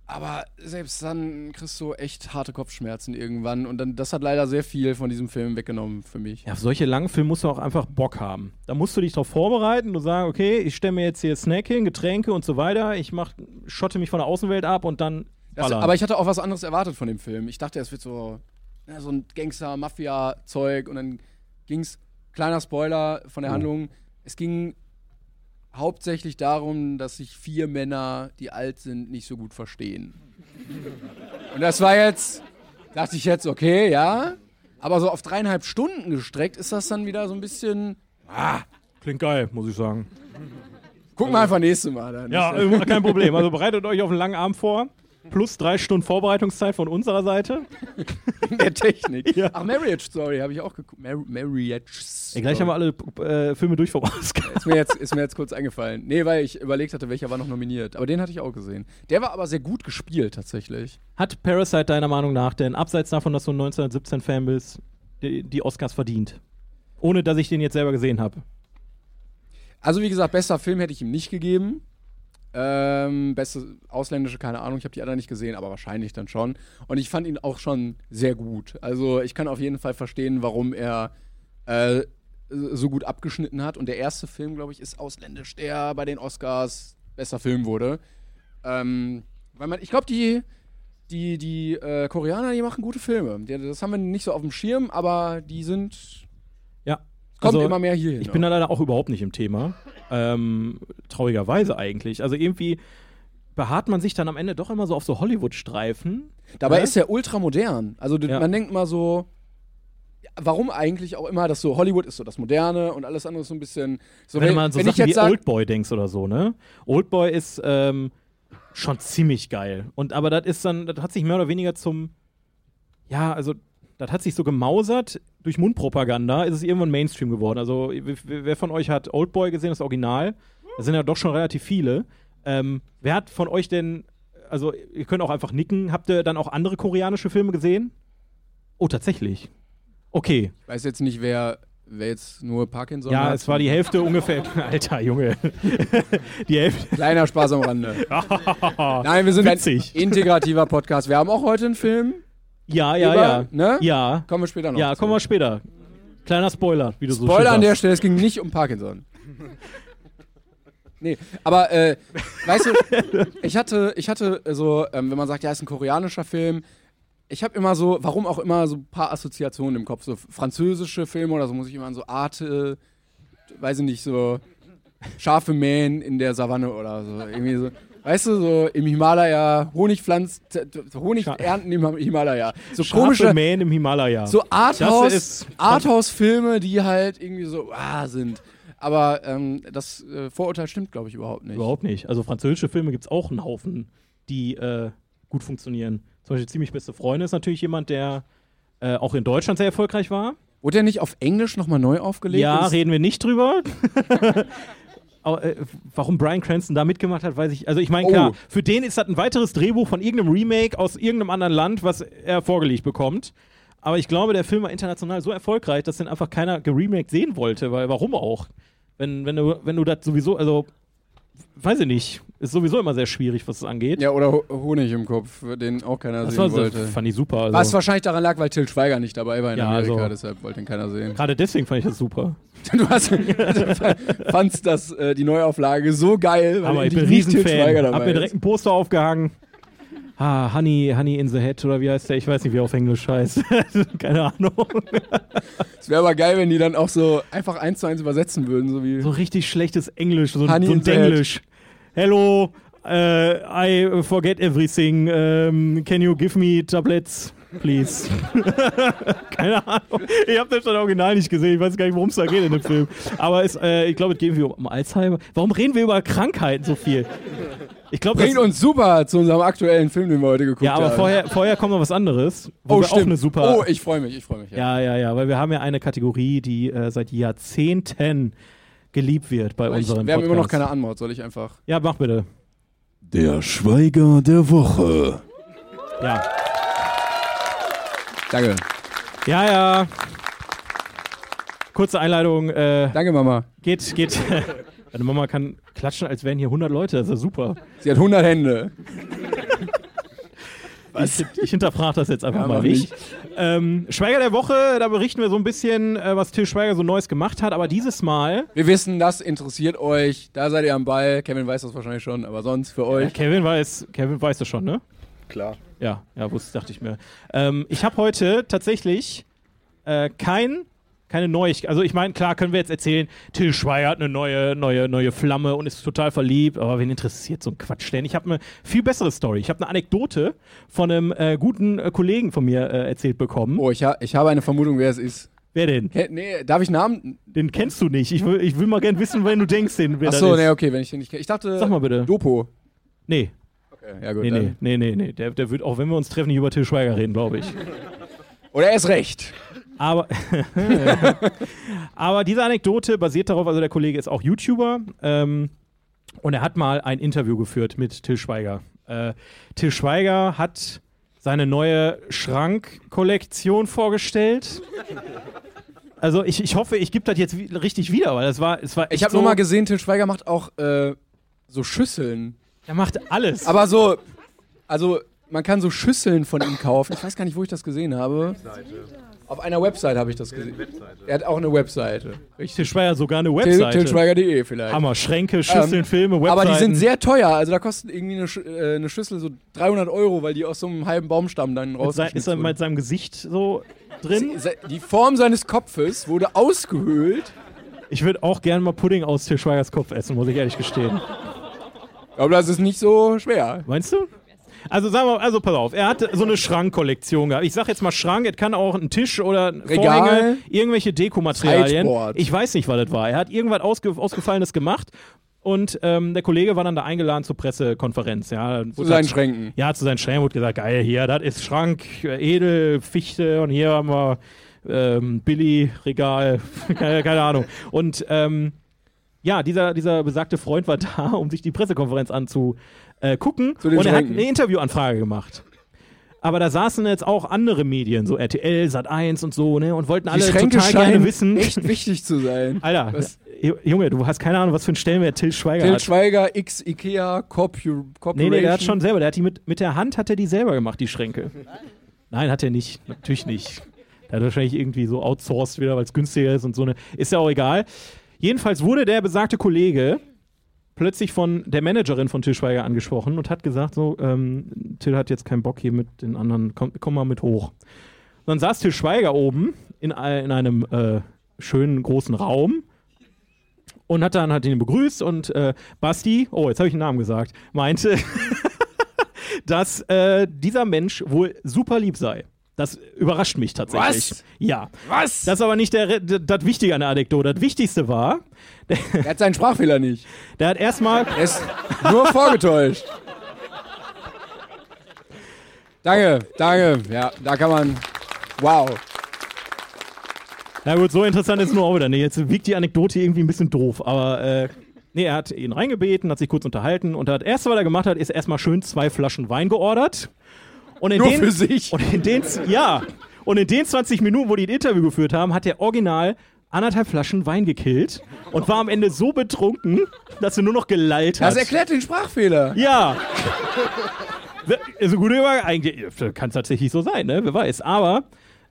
C: Aber selbst dann kriegst du echt harte Kopfschmerzen irgendwann. Und dann, das hat leider sehr viel von diesem Film weggenommen für mich.
B: Ja, auf solche langen Filme musst du auch einfach Bock haben. Da musst du dich drauf vorbereiten und sagen, okay, ich stelle mir jetzt hier Snack hin, Getränke und so weiter. Ich mach, schotte mich von der Außenwelt ab und dann
C: Das,
B: ballern.
C: aber ich hatte auch was anderes erwartet von dem Film. Ich dachte, es wird so, ja, so ein Gangster-Mafia-Zeug und dann ging's, kleiner Spoiler von der Handlung, es ging hauptsächlich darum, dass sich vier Männer, die alt sind, nicht so gut verstehen. und das war jetzt, dachte ich jetzt, okay, ja. Aber so auf dreieinhalb Stunden gestreckt ist das dann wieder so ein bisschen.
B: Klingt geil, muss ich sagen.
C: Gucken wir einfach nächstes Mal dann.
B: Ja, äh, kein Problem. Also bereitet euch auf einen langen Arm vor. Plus drei Stunden Vorbereitungszeit von unserer Seite. <laughs>
C: in der Technik. Ach, Marriage Story habe ich auch geguckt. Mar Marriage Story.
B: Ey, gleich haben wir alle äh, Filme durch vom Oscar.
C: Ist mir, jetzt, ist mir jetzt kurz eingefallen. Nee, weil ich überlegt hatte, welcher war noch nominiert. Aber den hatte ich auch gesehen. Der war aber sehr gut gespielt, tatsächlich.
B: <laughs> Hat Parasite deiner Meinung nach denn, abseits davon, dass du ein 1917-Fan bist, die, die Oscars verdient? Ohne, dass ich den jetzt selber gesehen habe.
C: Also, wie gesagt, bester Film hätte ich ihm nicht gegeben. Ähm, beste ausländische, keine Ahnung, ich habe die anderen nicht gesehen, aber wahrscheinlich dann schon. Und ich fand ihn auch schon sehr gut. Also, ich kann auf jeden Fall verstehen, warum er äh, so gut abgeschnitten hat. Und der erste Film, glaube ich, ist ausländisch, der bei den Oscars bester Film wurde. Ähm, weil man, ich glaube, die, die, die äh, Koreaner, die machen gute Filme. Die, das haben wir nicht so auf dem Schirm, aber die sind.
B: Ja.
C: Kommt
B: Also,
C: immer mehr hier hin.
B: Ich bin da leider auch überhaupt nicht im Thema. Ähm, traurigerweise eigentlich. Also irgendwie beharrt man sich dann am Ende doch immer so auf so Hollywood-Streifen.
C: Dabei
B: Ja.
C: ist er ultramodern. Also du-
B: Ja.
C: man denkt mal so, ja, warum eigentlich auch immer, dass so Hollywood ist so das Moderne und alles andere ist so ein bisschen. So,
B: Wenn, du mal an so
C: wenn ich
B: Sachen
C: jetzt
B: wie
C: sag,
B: Oldboy denkst oder so, ne? Oldboy ist ähm, schon ziemlich geil. Und aber das ist dann, das hat sich mehr oder weniger zum, ja, also das hat sich so gemausert durch Mundpropaganda, ist es irgendwann Mainstream geworden. Also w- w- wer von euch hat Oldboy gesehen, das Original? Das sind ja doch schon relativ viele. Ähm, wer hat von euch denn, also ihr könnt auch einfach nicken, habt ihr dann auch andere koreanische Filme gesehen? Oh, tatsächlich. Okay,
C: ich weiß jetzt nicht, wer, wer jetzt nur Parkinson
B: ja,
C: hat.
B: es war die Hälfte ungefähr. <laughs> Alter,
C: <laughs>
B: Junge. die Hälfte.
C: Kleiner Spaß
B: <laughs>
C: am Rande. Nein, wir sind
B: Witzig.
C: ein integrativer Podcast. Wir haben auch heute einen Film.
B: Ja, ja,
C: Über,
B: ja.
C: ne?
B: Ja.
C: Kommen wir später noch.
B: ja, kommen wir später. Kleiner Spoiler, wie du so schön
C: Spoiler an der
B: sagst.
C: Stelle, es ging nicht um Parkinson. Nee, aber äh, weißt du, ich hatte, ich hatte äh, so, ähm, wenn man sagt, ja, ist ein koreanischer Film, ich habe immer so, warum auch immer, so ein paar Assoziationen im Kopf. So französische Filme oder so muss ich immer an so Arte, weiß ich nicht, so Schafe mähen in der Savanne oder so. Irgendwie so. Weißt du, so im Himalaya, Honig pflanzt, t- t- Honig
B: Scha-
C: ernten im Himalaya. So
B: Schafe
C: komische,
B: mähen im Himalaya.
C: so Arthouse,
B: ist-
C: Arthouse-Filme, die halt irgendwie so ah, sind. Aber ähm, das äh, Vorurteil stimmt, glaube ich, überhaupt nicht.
B: Überhaupt nicht. Also französische Filme gibt es auch einen Haufen, die äh, gut funktionieren. Zum Beispiel Ziemlich Beste Freunde ist natürlich jemand, der äh, auch in Deutschland sehr erfolgreich war.
C: Wurde der nicht auf Englisch nochmal neu aufgelegt?
B: Ja,
C: Und es-
B: reden wir nicht drüber. <laughs> Aber, äh, warum Brian Cranston da mitgemacht hat, weiß ich. Also ich meine,
C: Oh.
B: klar, für den ist das ein weiteres Drehbuch von irgendeinem Remake aus irgendeinem anderen Land, was er vorgelegt bekommt. Aber ich glaube, der Film war international so erfolgreich, dass den einfach keiner geremaked sehen wollte, weil warum auch? Wenn, wenn du, wenn du das sowieso, also weiß ich nicht, ist sowieso immer sehr schwierig, was es angeht.
C: Ja, oder Ho- Honig im Kopf, den auch keiner
B: das
C: sehen
B: war, so-
C: wollte.
B: fand ich super. Also.
C: Was wahrscheinlich daran lag, weil Till Schweiger nicht dabei war in
B: Ja,
C: Amerika,
B: also-
C: deshalb wollte ihn keiner sehen. <laughs>
B: Gerade deswegen fand ich das super.
C: Du hast, <laughs> fandst das, äh, die Neuauflage so geil, weil
B: Aber ich bin
C: endlich nicht Til Schweiger
B: Riesenfan.
C: dabei
B: Hab mir
C: ist.
B: direkt ein Poster aufgehangen. Ah, Honey, Honey in the Head oder wie heißt der? Ich weiß nicht, wie er auf Englisch heißt. <laughs> Keine Ahnung.
C: Es wäre aber geil, wenn die dann auch so einfach eins zu eins übersetzen würden, so wie
B: So richtig schlechtes Englisch, so,
C: Honey
B: so ein
C: in the Head.
B: Denglisch. Hello, äh, I forget everything. Ähm, can you give me tablets, please? <laughs> Keine Ahnung. Ich habe das schon original nicht gesehen. Ich weiß gar nicht, worum es da geht in dem Film. Aber es, äh, ich glaube, es geht um Alzheimer. Warum reden wir über Krankheiten so viel? Ich glaube, das-
C: bringt uns super zu unserem aktuellen Film, den wir heute geguckt
B: Ja, aber
C: haben.
B: vorher, vorher kommt noch was anderes. Wo
C: oh,
B: wir
C: stimmt.
B: auch eine super.
C: oh, ich freue mich, ich freue mich.
B: ja, ja, ja, weil wir haben ja eine Kategorie, die äh, seit Jahrzehnten geliebt wird bei
C: Aber ich, wir
B: unseren
C: haben immer noch
B: Podcasts.
C: keine Antwort, soll ich einfach.
B: Ja, mach bitte.
E: Der Schweiger der Woche.
B: Ja.
C: Danke.
B: Ja, ja. Kurze Einleitung. Äh,
C: Danke, Mama.
B: geht, geht. <laughs> Meine Mama kann klatschen, als wären hier 100 Leute. Das ist ja super.
C: Sie hat 100 Hände.
B: Ich, ich hinterfrage das jetzt einfach
C: Ja,
B: mal
C: mach
B: nicht. Ähm, Schweiger der Woche, da berichten wir so ein bisschen, äh, was Till Schweiger so Neues gemacht hat. Aber dieses Mal,
C: Wir wissen, das interessiert euch. Da seid ihr am Ball. Kevin weiß das wahrscheinlich schon, aber sonst für euch.
B: Kevin weiß, Kevin weiß das schon, ne?
D: Klar.
B: Ja, ja, wusste, dachte ich mir. Ähm, ich habe heute tatsächlich äh, kein, keine Neuigkeit. Also ich meine, klar können wir jetzt erzählen, Till Schweiger hat eine neue, neue, neue Flamme und ist total verliebt, aber wen interessiert so ein Quatsch denn? Ich habe eine viel bessere Story. Ich habe eine Anekdote von einem äh, guten äh, Kollegen von mir äh, erzählt bekommen.
C: Oh, ich, ha ich habe eine Vermutung, wer es ist.
B: Wer denn?
C: Ke nee, darf ich Namen?
B: Den kennst du nicht. Ich will, ich will mal gern wissen, wenn du denkst, den wer
C: Achso,
B: das ist.
C: nee, okay, wenn ich den nicht kenne. Ich dachte,
B: Sag mal bitte.
C: Dopo.
B: Nee,
C: Okay, ja, gut.
B: nee, nee,
C: dann.
B: nee, nee, nee. Der, der wird auch, wenn wir uns treffen, nicht über Till Schweiger reden, glaube ich.
C: Oder er ist recht.
B: Aber, <laughs> aber diese Anekdote basiert darauf, also der Kollege ist auch YouTuber ähm, und er hat mal ein Interview geführt mit Till Schweiger. Äh, Till Schweiger hat seine neue Schrankkollektion vorgestellt. Also ich, ich hoffe, ich gebe das jetzt wie, richtig wieder, weil das war, es war echt
C: Ich habe
B: so,
C: nur mal gesehen, Til Schweiger macht auch äh, so Schüsseln.
B: er macht alles.
C: Aber so, also man kann so Schüsseln von ihm kaufen. Ich weiß gar nicht, wo ich das gesehen habe. Auf einer Website habe ich das gesehen. Er hat auch eine Webseite.
B: Till Schweiger hat sogar eine
C: Til-
B: Webseite.
C: Tilschweiger.de E vielleicht.
B: Hammer, Schränke, Schüsseln,
C: Ähm,
B: Filme, Webseiten.
C: Aber die sind sehr teuer. Also da kosten irgendwie eine, Sch äh, eine Schüssel so 300 Euro, weil die aus so einem halben Baumstamm dann
B: Mit sein- Ist er
C: rausgeschnitten
B: mit seinem Gesicht so drin?
C: wurden. Se- Die Form seines Kopfes wurde ausgehöhlt.
B: Ich würde auch gerne mal Pudding aus Til Schweigers Kopf essen, muss ich ehrlich gestehen.
C: Aber das ist nicht so schwer.
B: Meinst du? Also sagen wir, also pass auf, er hat so eine Schrankkollektion gehabt. Ich sag jetzt mal Schrank, es kann auch ein Tisch oder ein
C: Regal.
B: Vorhänge, irgendwelche Dekomaterialien.
C: Sideboard.
B: Ich weiß nicht, was das war. Er hat irgendwas ausge ausgefallenes gemacht und ähm, der Kollege war dann da eingeladen zur Pressekonferenz. Ja,
C: Zu seinen Schränken.
B: Ja, zu seinen Schränken wurde gesagt, geil, hier, das ist Schrank, äh, edel, Fichte und hier haben wir ähm, Billy-Regal, <laughs> keine, keine Ahnung. Und ähm, ja, dieser, dieser besagte Freund war <laughs> da, um sich die Pressekonferenz anzugucken
C: Zu den
B: und er hat
C: Schränken.
B: eine Interviewanfrage gemacht. Aber da saßen jetzt auch andere Medien, so RTL, Sat1 und so, ne, und wollten alle total gerne wissen.
C: echt wichtig zu sein.
B: Alter,
C: Was?
B: Junge, du hast keine Ahnung, was für einen Stellenwert Till Schweiger
C: Til
B: hat.
C: Schweiger, X, Ikea, Corpu- Corporation.
B: Nee, nee, der hat schon selber, der hat die mit, mit der Hand hat er die selber gemacht, die Schränke. Nein, hat er nicht. Natürlich nicht. Der hat wahrscheinlich irgendwie so outsourced wieder, weil es günstiger ist und so eine. Ist ja auch egal. Jedenfalls wurde der besagte Kollege plötzlich von der Managerin von Till Schweiger angesprochen und hat gesagt: So, ähm, Till hat jetzt keinen Bock hier mit den anderen, komm, komm mal mit hoch. Und dann saß Till Schweiger oben in, ein- in einem äh, schönen großen Raum und hat dann hat ihn begrüßt und äh, Basti, oh, jetzt habe ich einen Namen gesagt, meinte, <laughs> dass äh, dieser Mensch wohl super lieb sei. Das überrascht mich tatsächlich.
C: Was?
B: Ja.
C: Was?
B: Das ist aber nicht der, Re- d- das Wichtige an der Anekdote. Das Wichtigste war,
C: Er hat seinen Sprachfehler nicht.
B: der hat erstmal,
C: Er ist nur vorgetäuscht. Danke, danke. Ja, da kann man. Wow.
B: Na gut, so interessant ist nur auch wieder. Nee, jetzt wiegt die Anekdote irgendwie ein bisschen doof, aber äh, nee, er hat ihn reingebeten, hat sich kurz unterhalten und hat erst, was er gemacht hat, ist erstmal schön zwei Flaschen Wein geordert. Und in
C: Nur
B: den,
C: für sich.
B: Und in den, ja. Und in den 20 Minuten, wo die ein Interview geführt haben, hat der Original anderthalb Flaschen Wein gekillt und war am Ende so betrunken, dass er nur noch gelallt hat.
C: Das erklärt den Sprachfehler.
B: Ja. Also gut, aber eigentlich kann es tatsächlich so sein, ne? Wer weiß. Aber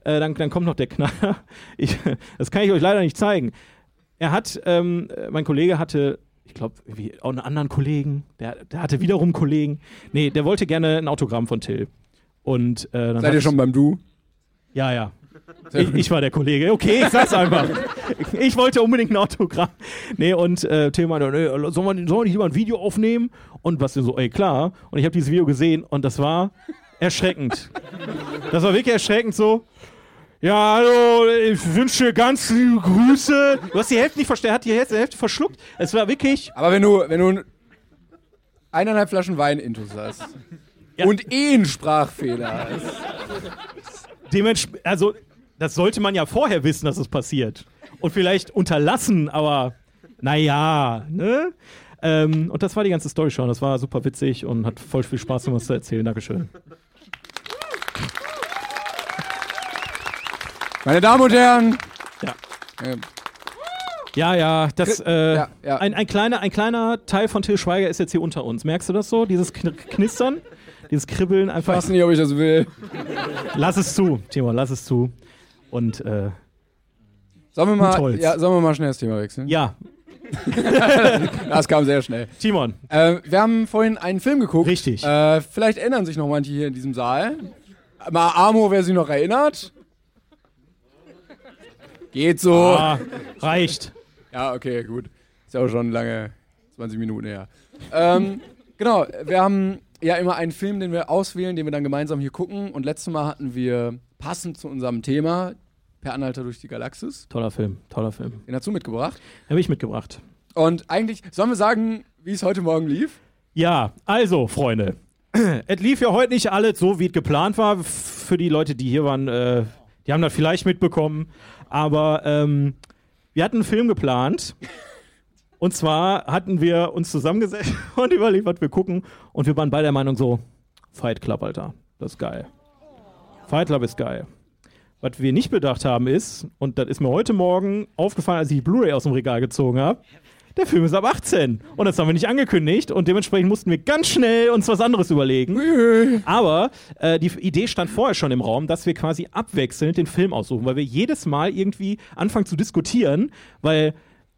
B: äh, dann, dann kommt noch der Knaller. <laughs> Ich, das kann ich euch leider nicht zeigen. Er hat, ähm, äh, mein Kollege hatte, ich glaube, auch einen anderen Kollegen. Der, der hatte wiederum Kollegen. Nee, der wollte gerne ein Autogramm von Till. Und äh, dann
C: Seid ihr
B: hat-
C: schon beim Du?
B: ja, ja. Ich, ich war der Kollege. Okay, ich sag's einfach. Ich wollte unbedingt ein Autogramm. Nee, und äh, Till meinte, nee, soll, man, soll man nicht lieber ein Video aufnehmen? Und was so, ey, klar. Und ich habe dieses Video gesehen und das war erschreckend. Das war wirklich erschreckend so. Ja, hallo, ich wünsche ganz liebe Grüße. Du hast die Hälfte nicht verstanden, er hat die Hälfte, Hälfte verschluckt. Es war wirklich
C: Aber wenn du, wenn du eineinhalb Flaschen Wein intus hast und eh einen Sprachfehler hast.
B: dementsprechend, also das sollte man ja vorher wissen, dass es passiert. Und vielleicht unterlassen, aber naja, ne? Ähm, und das war die ganze Story schon. Das war super witzig und hat voll viel Spaß, um was zu erzählen. Dankeschön.
C: Meine Damen und Herren.
B: Ja.
C: Ähm,
B: Ja, ja, das, äh,
C: Ja, ja.
B: Ein, ein, kleiner, ein kleiner Teil von Till Schweiger ist jetzt hier unter uns. Merkst du das so? Dieses Kn Knistern, dieses Kribbeln,
C: Ich
B: einfach.
C: weiß nicht, ob ich das will.
B: Lass es zu, Timon, lass es zu. Und äh,
C: Sollen wir mal,
B: Holz.
C: ja, sollen wir mal schnell das Thema wechseln?
B: ja,
C: Das kam sehr schnell.
B: Timon,
C: Äh, wir haben vorhin einen Film geguckt.
B: Richtig.
C: Äh, vielleicht ändern sich noch manche hier in diesem Saal. Mal Amo, wer sich noch erinnert. Geht so.
B: ah, reicht.
C: Ja, okay, gut. Ist ja auch schon lange, 20 Minuten her. ähm, genau, wir haben ja immer einen Film, den wir auswählen, den wir dann gemeinsam hier gucken. Und letztes Mal hatten wir passend zu unserem Thema Per Anhalter durch die Galaxis.
B: Toller Film, toller Film.
C: Den hast du mitgebracht.
B: Habe ich mitgebracht.
C: Und eigentlich, sollen wir sagen, wie es heute Morgen lief?
B: Ja, also, Freunde. <clears throat> Es lief ja heute nicht alles so, wie es geplant war. F- Für die Leute, die hier waren, äh, die haben das vielleicht mitbekommen. Aber ähm, wir hatten einen Film geplant. Und zwar hatten wir uns zusammengesetzt <laughs> und überlegt, was wir gucken. Und wir waren beide der Meinung so, Fight Club, Alter. Das ist geil. Fight Club ist geil. Was wir nicht bedacht haben ist, und das ist mir heute Morgen aufgefallen, als ich die Blu-ray aus dem Regal gezogen habe, der Film ist ab 18. Und das haben wir nicht angekündigt und dementsprechend mussten wir ganz schnell uns was anderes überlegen. Aber äh, die Idee stand vorher schon im Raum, dass wir quasi abwechselnd den Film aussuchen, weil wir jedes Mal irgendwie anfangen zu diskutieren, weil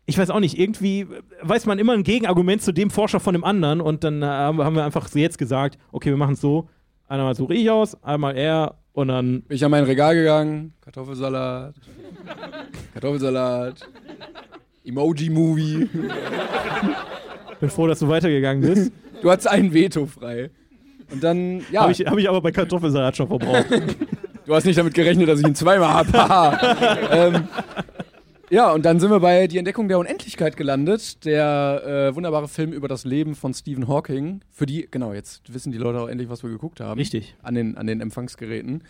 B: ich weiß auch nicht, irgendwie äh, weiß man immer ein Gegenargument zu dem Forscher von dem anderen und dann äh, haben wir haben wir einfach jetzt gesagt, okay, wir machen es so, einmal suche ich aus, einmal er und dann
C: Bin ich an mein Regal gegangen, Kartoffelsalat, Kartoffelsalat, Emoji-Movie.
B: bin froh, dass du weitergegangen bist.
C: Du hattest ein Veto frei. Und dann, ja,
B: Habe ich, hab ich aber bei Kartoffelsalat schon verbraucht. <laughs>
C: du hast nicht damit gerechnet, dass ich ihn zweimal <laughs> habe. ähm, ja, und dann sind wir bei Die Entdeckung der Unendlichkeit gelandet. Der äh, wunderbare Film über das Leben von Stephen Hawking. Für die, genau, jetzt wissen die Leute auch endlich, was wir geguckt haben.
B: Richtig.
C: An den, an den Empfangsgeräten.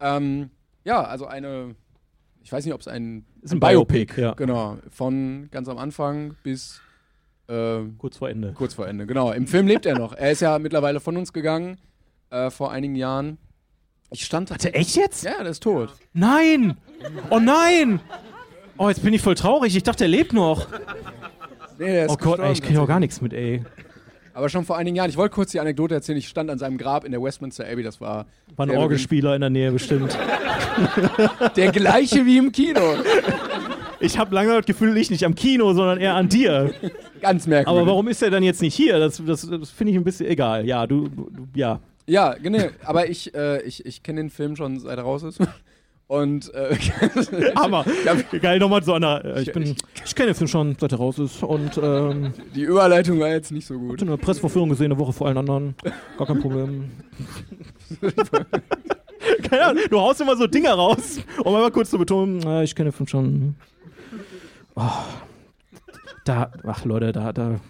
C: Ähm, ja, also eine, ich weiß nicht, ob es ein,
B: Ist ein Biopic, ja.
C: Genau, von ganz am Anfang bis äh,
B: Kurz vor Ende.
C: kurz vor Ende, genau. Im Film lebt er noch. Er ist ja mittlerweile von uns gegangen, äh, vor einigen Jahren. Ich stand
B: Warte, echt jetzt?
C: Ja, der ist tot.
B: Nein! Oh nein! Oh, jetzt bin ich voll traurig. Ich dachte, er lebt noch.
C: Nee, der ist
B: Oh Gott, ey, ich kriege
C: gestorben.
B: auch gar nichts mit, ey.
C: Aber schon vor einigen Jahren. Ich wollte kurz die Anekdote erzählen. Ich stand an seinem Grab in der Westminster Abbey. Das war,
B: War ein
C: der-
B: Orgelspieler in der Nähe bestimmt.
C: der gleiche wie im Kino.
B: Ich habe lange das Gefühl, ich nicht am Kino, sondern eher an dir.
C: Ganz merkwürdig.
B: Aber warum ist er dann jetzt nicht hier? Das, das, das finde ich ein bisschen egal. Ja, du, du ja.
C: Ja, genau. Aber ich, äh, ich, ich kenne den Film schon seit er raus ist. Und äh, <laughs>
B: Hammer. Geil, nochmal so einer. äh, Ich,
C: Ich-
B: bin, ich kenne den Film schon, seit er raus ist. Und ähm,
C: die Überleitung war jetzt nicht so
B: hatte
C: gut.
B: eine Pressvorführung gesehen, eine Woche vor allen anderen. Gar kein Problem. <laughs> Keine Ahnung, du haust immer so Dinger raus, um einmal kurz zu betonen, äh, ich kenne den Film schon. Oh, da, ach Leute, da, da,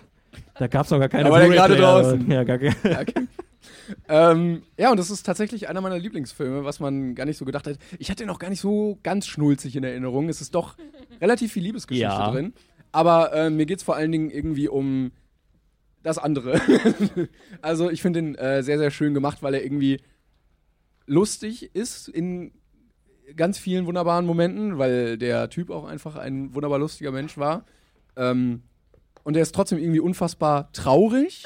B: da gab es noch gar keine
C: Da war der gerade
B: Blu-ray-Player.
C: <laughs> draußen.
B: Ja, gar, ke-
C: Okay. Ähm, ja, und das ist tatsächlich einer meiner Lieblingsfilme, was man gar nicht so gedacht hat. Ich hatte ihn auch gar nicht so ganz schnulzig in Erinnerung. Es ist doch relativ viel Liebesgeschichte
F: Ja.
C: drin. Aber äh, mir geht es vor allen Dingen irgendwie um das andere. <laughs> also ich finde ihn äh, sehr, sehr schön gemacht, weil er irgendwie lustig ist in ganz vielen wunderbaren Momenten, weil der Typ auch einfach ein wunderbar lustiger Mensch war. Ähm, und er ist trotzdem irgendwie unfassbar traurig,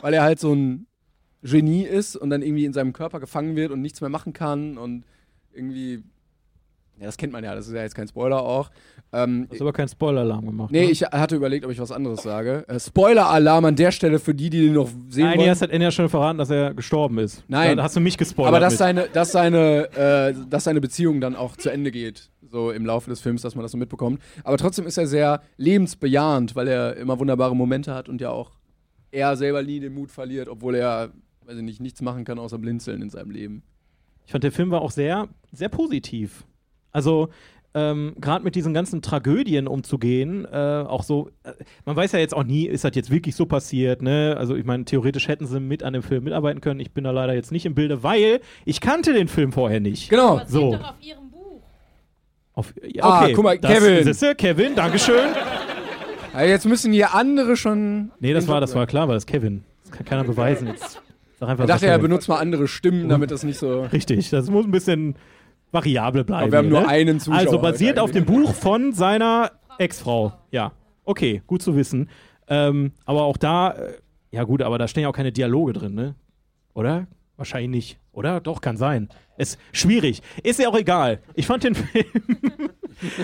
C: weil er halt so ein Genie ist und dann irgendwie in seinem Körper gefangen wird und nichts mehr machen kann und irgendwie. Ja, das kennt man ja, das ist ja jetzt kein Spoiler auch. Ähm,
B: Hast aber keinen Spoiler-Alarm gemacht.
C: nee,
B: ne?
C: ich hatte überlegt, ob ich was anderes sage. Äh, Spoiler-Alarm an der Stelle für die, die den noch sehen
B: Nein,
C: wollen.
B: du hast halt Enya schon verraten, dass er gestorben ist.
C: Nein.
B: Da hast du mich gespoilert.
C: Aber dass
B: mit.
C: seine, dass, seine, äh, dass seine Beziehung dann auch zu Ende geht, so im Laufe des Films, dass man das so mitbekommt. Aber trotzdem ist er sehr lebensbejahend, weil er immer wunderbare Momente hat und ja auch er selber nie den Mut verliert, obwohl er, weiß ich nicht, nichts machen kann außer blinzeln in seinem Leben.
B: Ich fand, der Film war auch sehr, sehr positiv. Also, ähm, gerade mit diesen ganzen Tragödien umzugehen, äh, auch so, äh, man weiß ja jetzt auch nie, ist das jetzt wirklich so passiert, ne? Also, ich meine, theoretisch hätten sie mit an dem Film mitarbeiten können. Ich bin da leider jetzt nicht im Bilde, weil ich kannte den Film vorher nicht.
C: Genau.
G: Basiert
B: So.
G: doch auf ihrem Buch.
B: Auf, ja,
C: Ah, guck mal, Kevin.
B: Das, siehste, Kevin, Dankeschön.
C: <laughs> Ja, jetzt müssen hier andere schon.
B: Nee, das war, das war klar, weil das Kevin. Das kann keiner
C: <laughs>
B: beweisen. Jetzt sag einfach,
C: Ich
B: das
C: dachte, er
B: Kevin.
C: benutzt mal andere Stimmen, damit das nicht so.
B: Richtig, das muss ein bisschen variabel bleiben.
C: Aber wir haben
B: hier,
C: nur einen Zuschauer
B: Also
C: heute
B: basiert auf dem
C: eigentlich.
B: Buch von seiner Ex-Frau. Ja, okay, gut zu wissen. Ähm, aber auch da, äh, ja gut, aber da stehen ja auch keine Dialoge drin, ne? Oder? Wahrscheinlich nicht. Oder? Doch, kann sein. Ist schwierig. Ist ja auch egal. Ich fand den <laughs> Film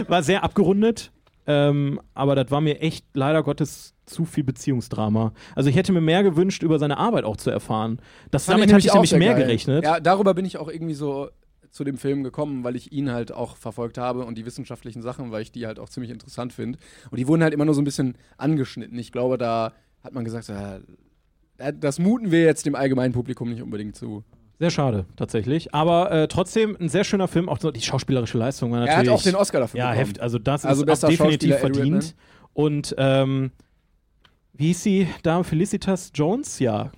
B: war sehr abgerundet. Ähm, aber das war mir echt leider Gottes zu viel Beziehungsdrama. Also ich hätte mir mehr gewünscht, über seine Arbeit auch zu erfahren. Das
C: Fand
B: damit hätte ich
C: auch
B: nämlich
C: sehr
B: mehr
C: geil.
B: gerechnet.
C: Ja, darüber bin ich auch irgendwie so zu dem Film gekommen, weil ich ihn halt auch verfolgt habe und die wissenschaftlichen Sachen, weil ich die halt auch ziemlich interessant finde. Und die wurden halt immer nur so ein bisschen angeschnitten. Ich glaube, da hat man gesagt, ja, äh, das muten wir jetzt dem allgemeinen Publikum nicht unbedingt zu.
B: Sehr schade, tatsächlich. Aber äh, trotzdem ein sehr schöner Film. Auch so die schauspielerische Leistung war
C: Er
B: natürlich.
C: hat auch den Oscar dafür
B: Ja,
C: bekommen.
B: heft. Also, das
C: Also
B: ist
C: bester
B: auch definitiv
C: Schauspieler, ne? Eddie
B: verdient. Und ähm, wie hieß sie da? Felicitas Jones? Ja.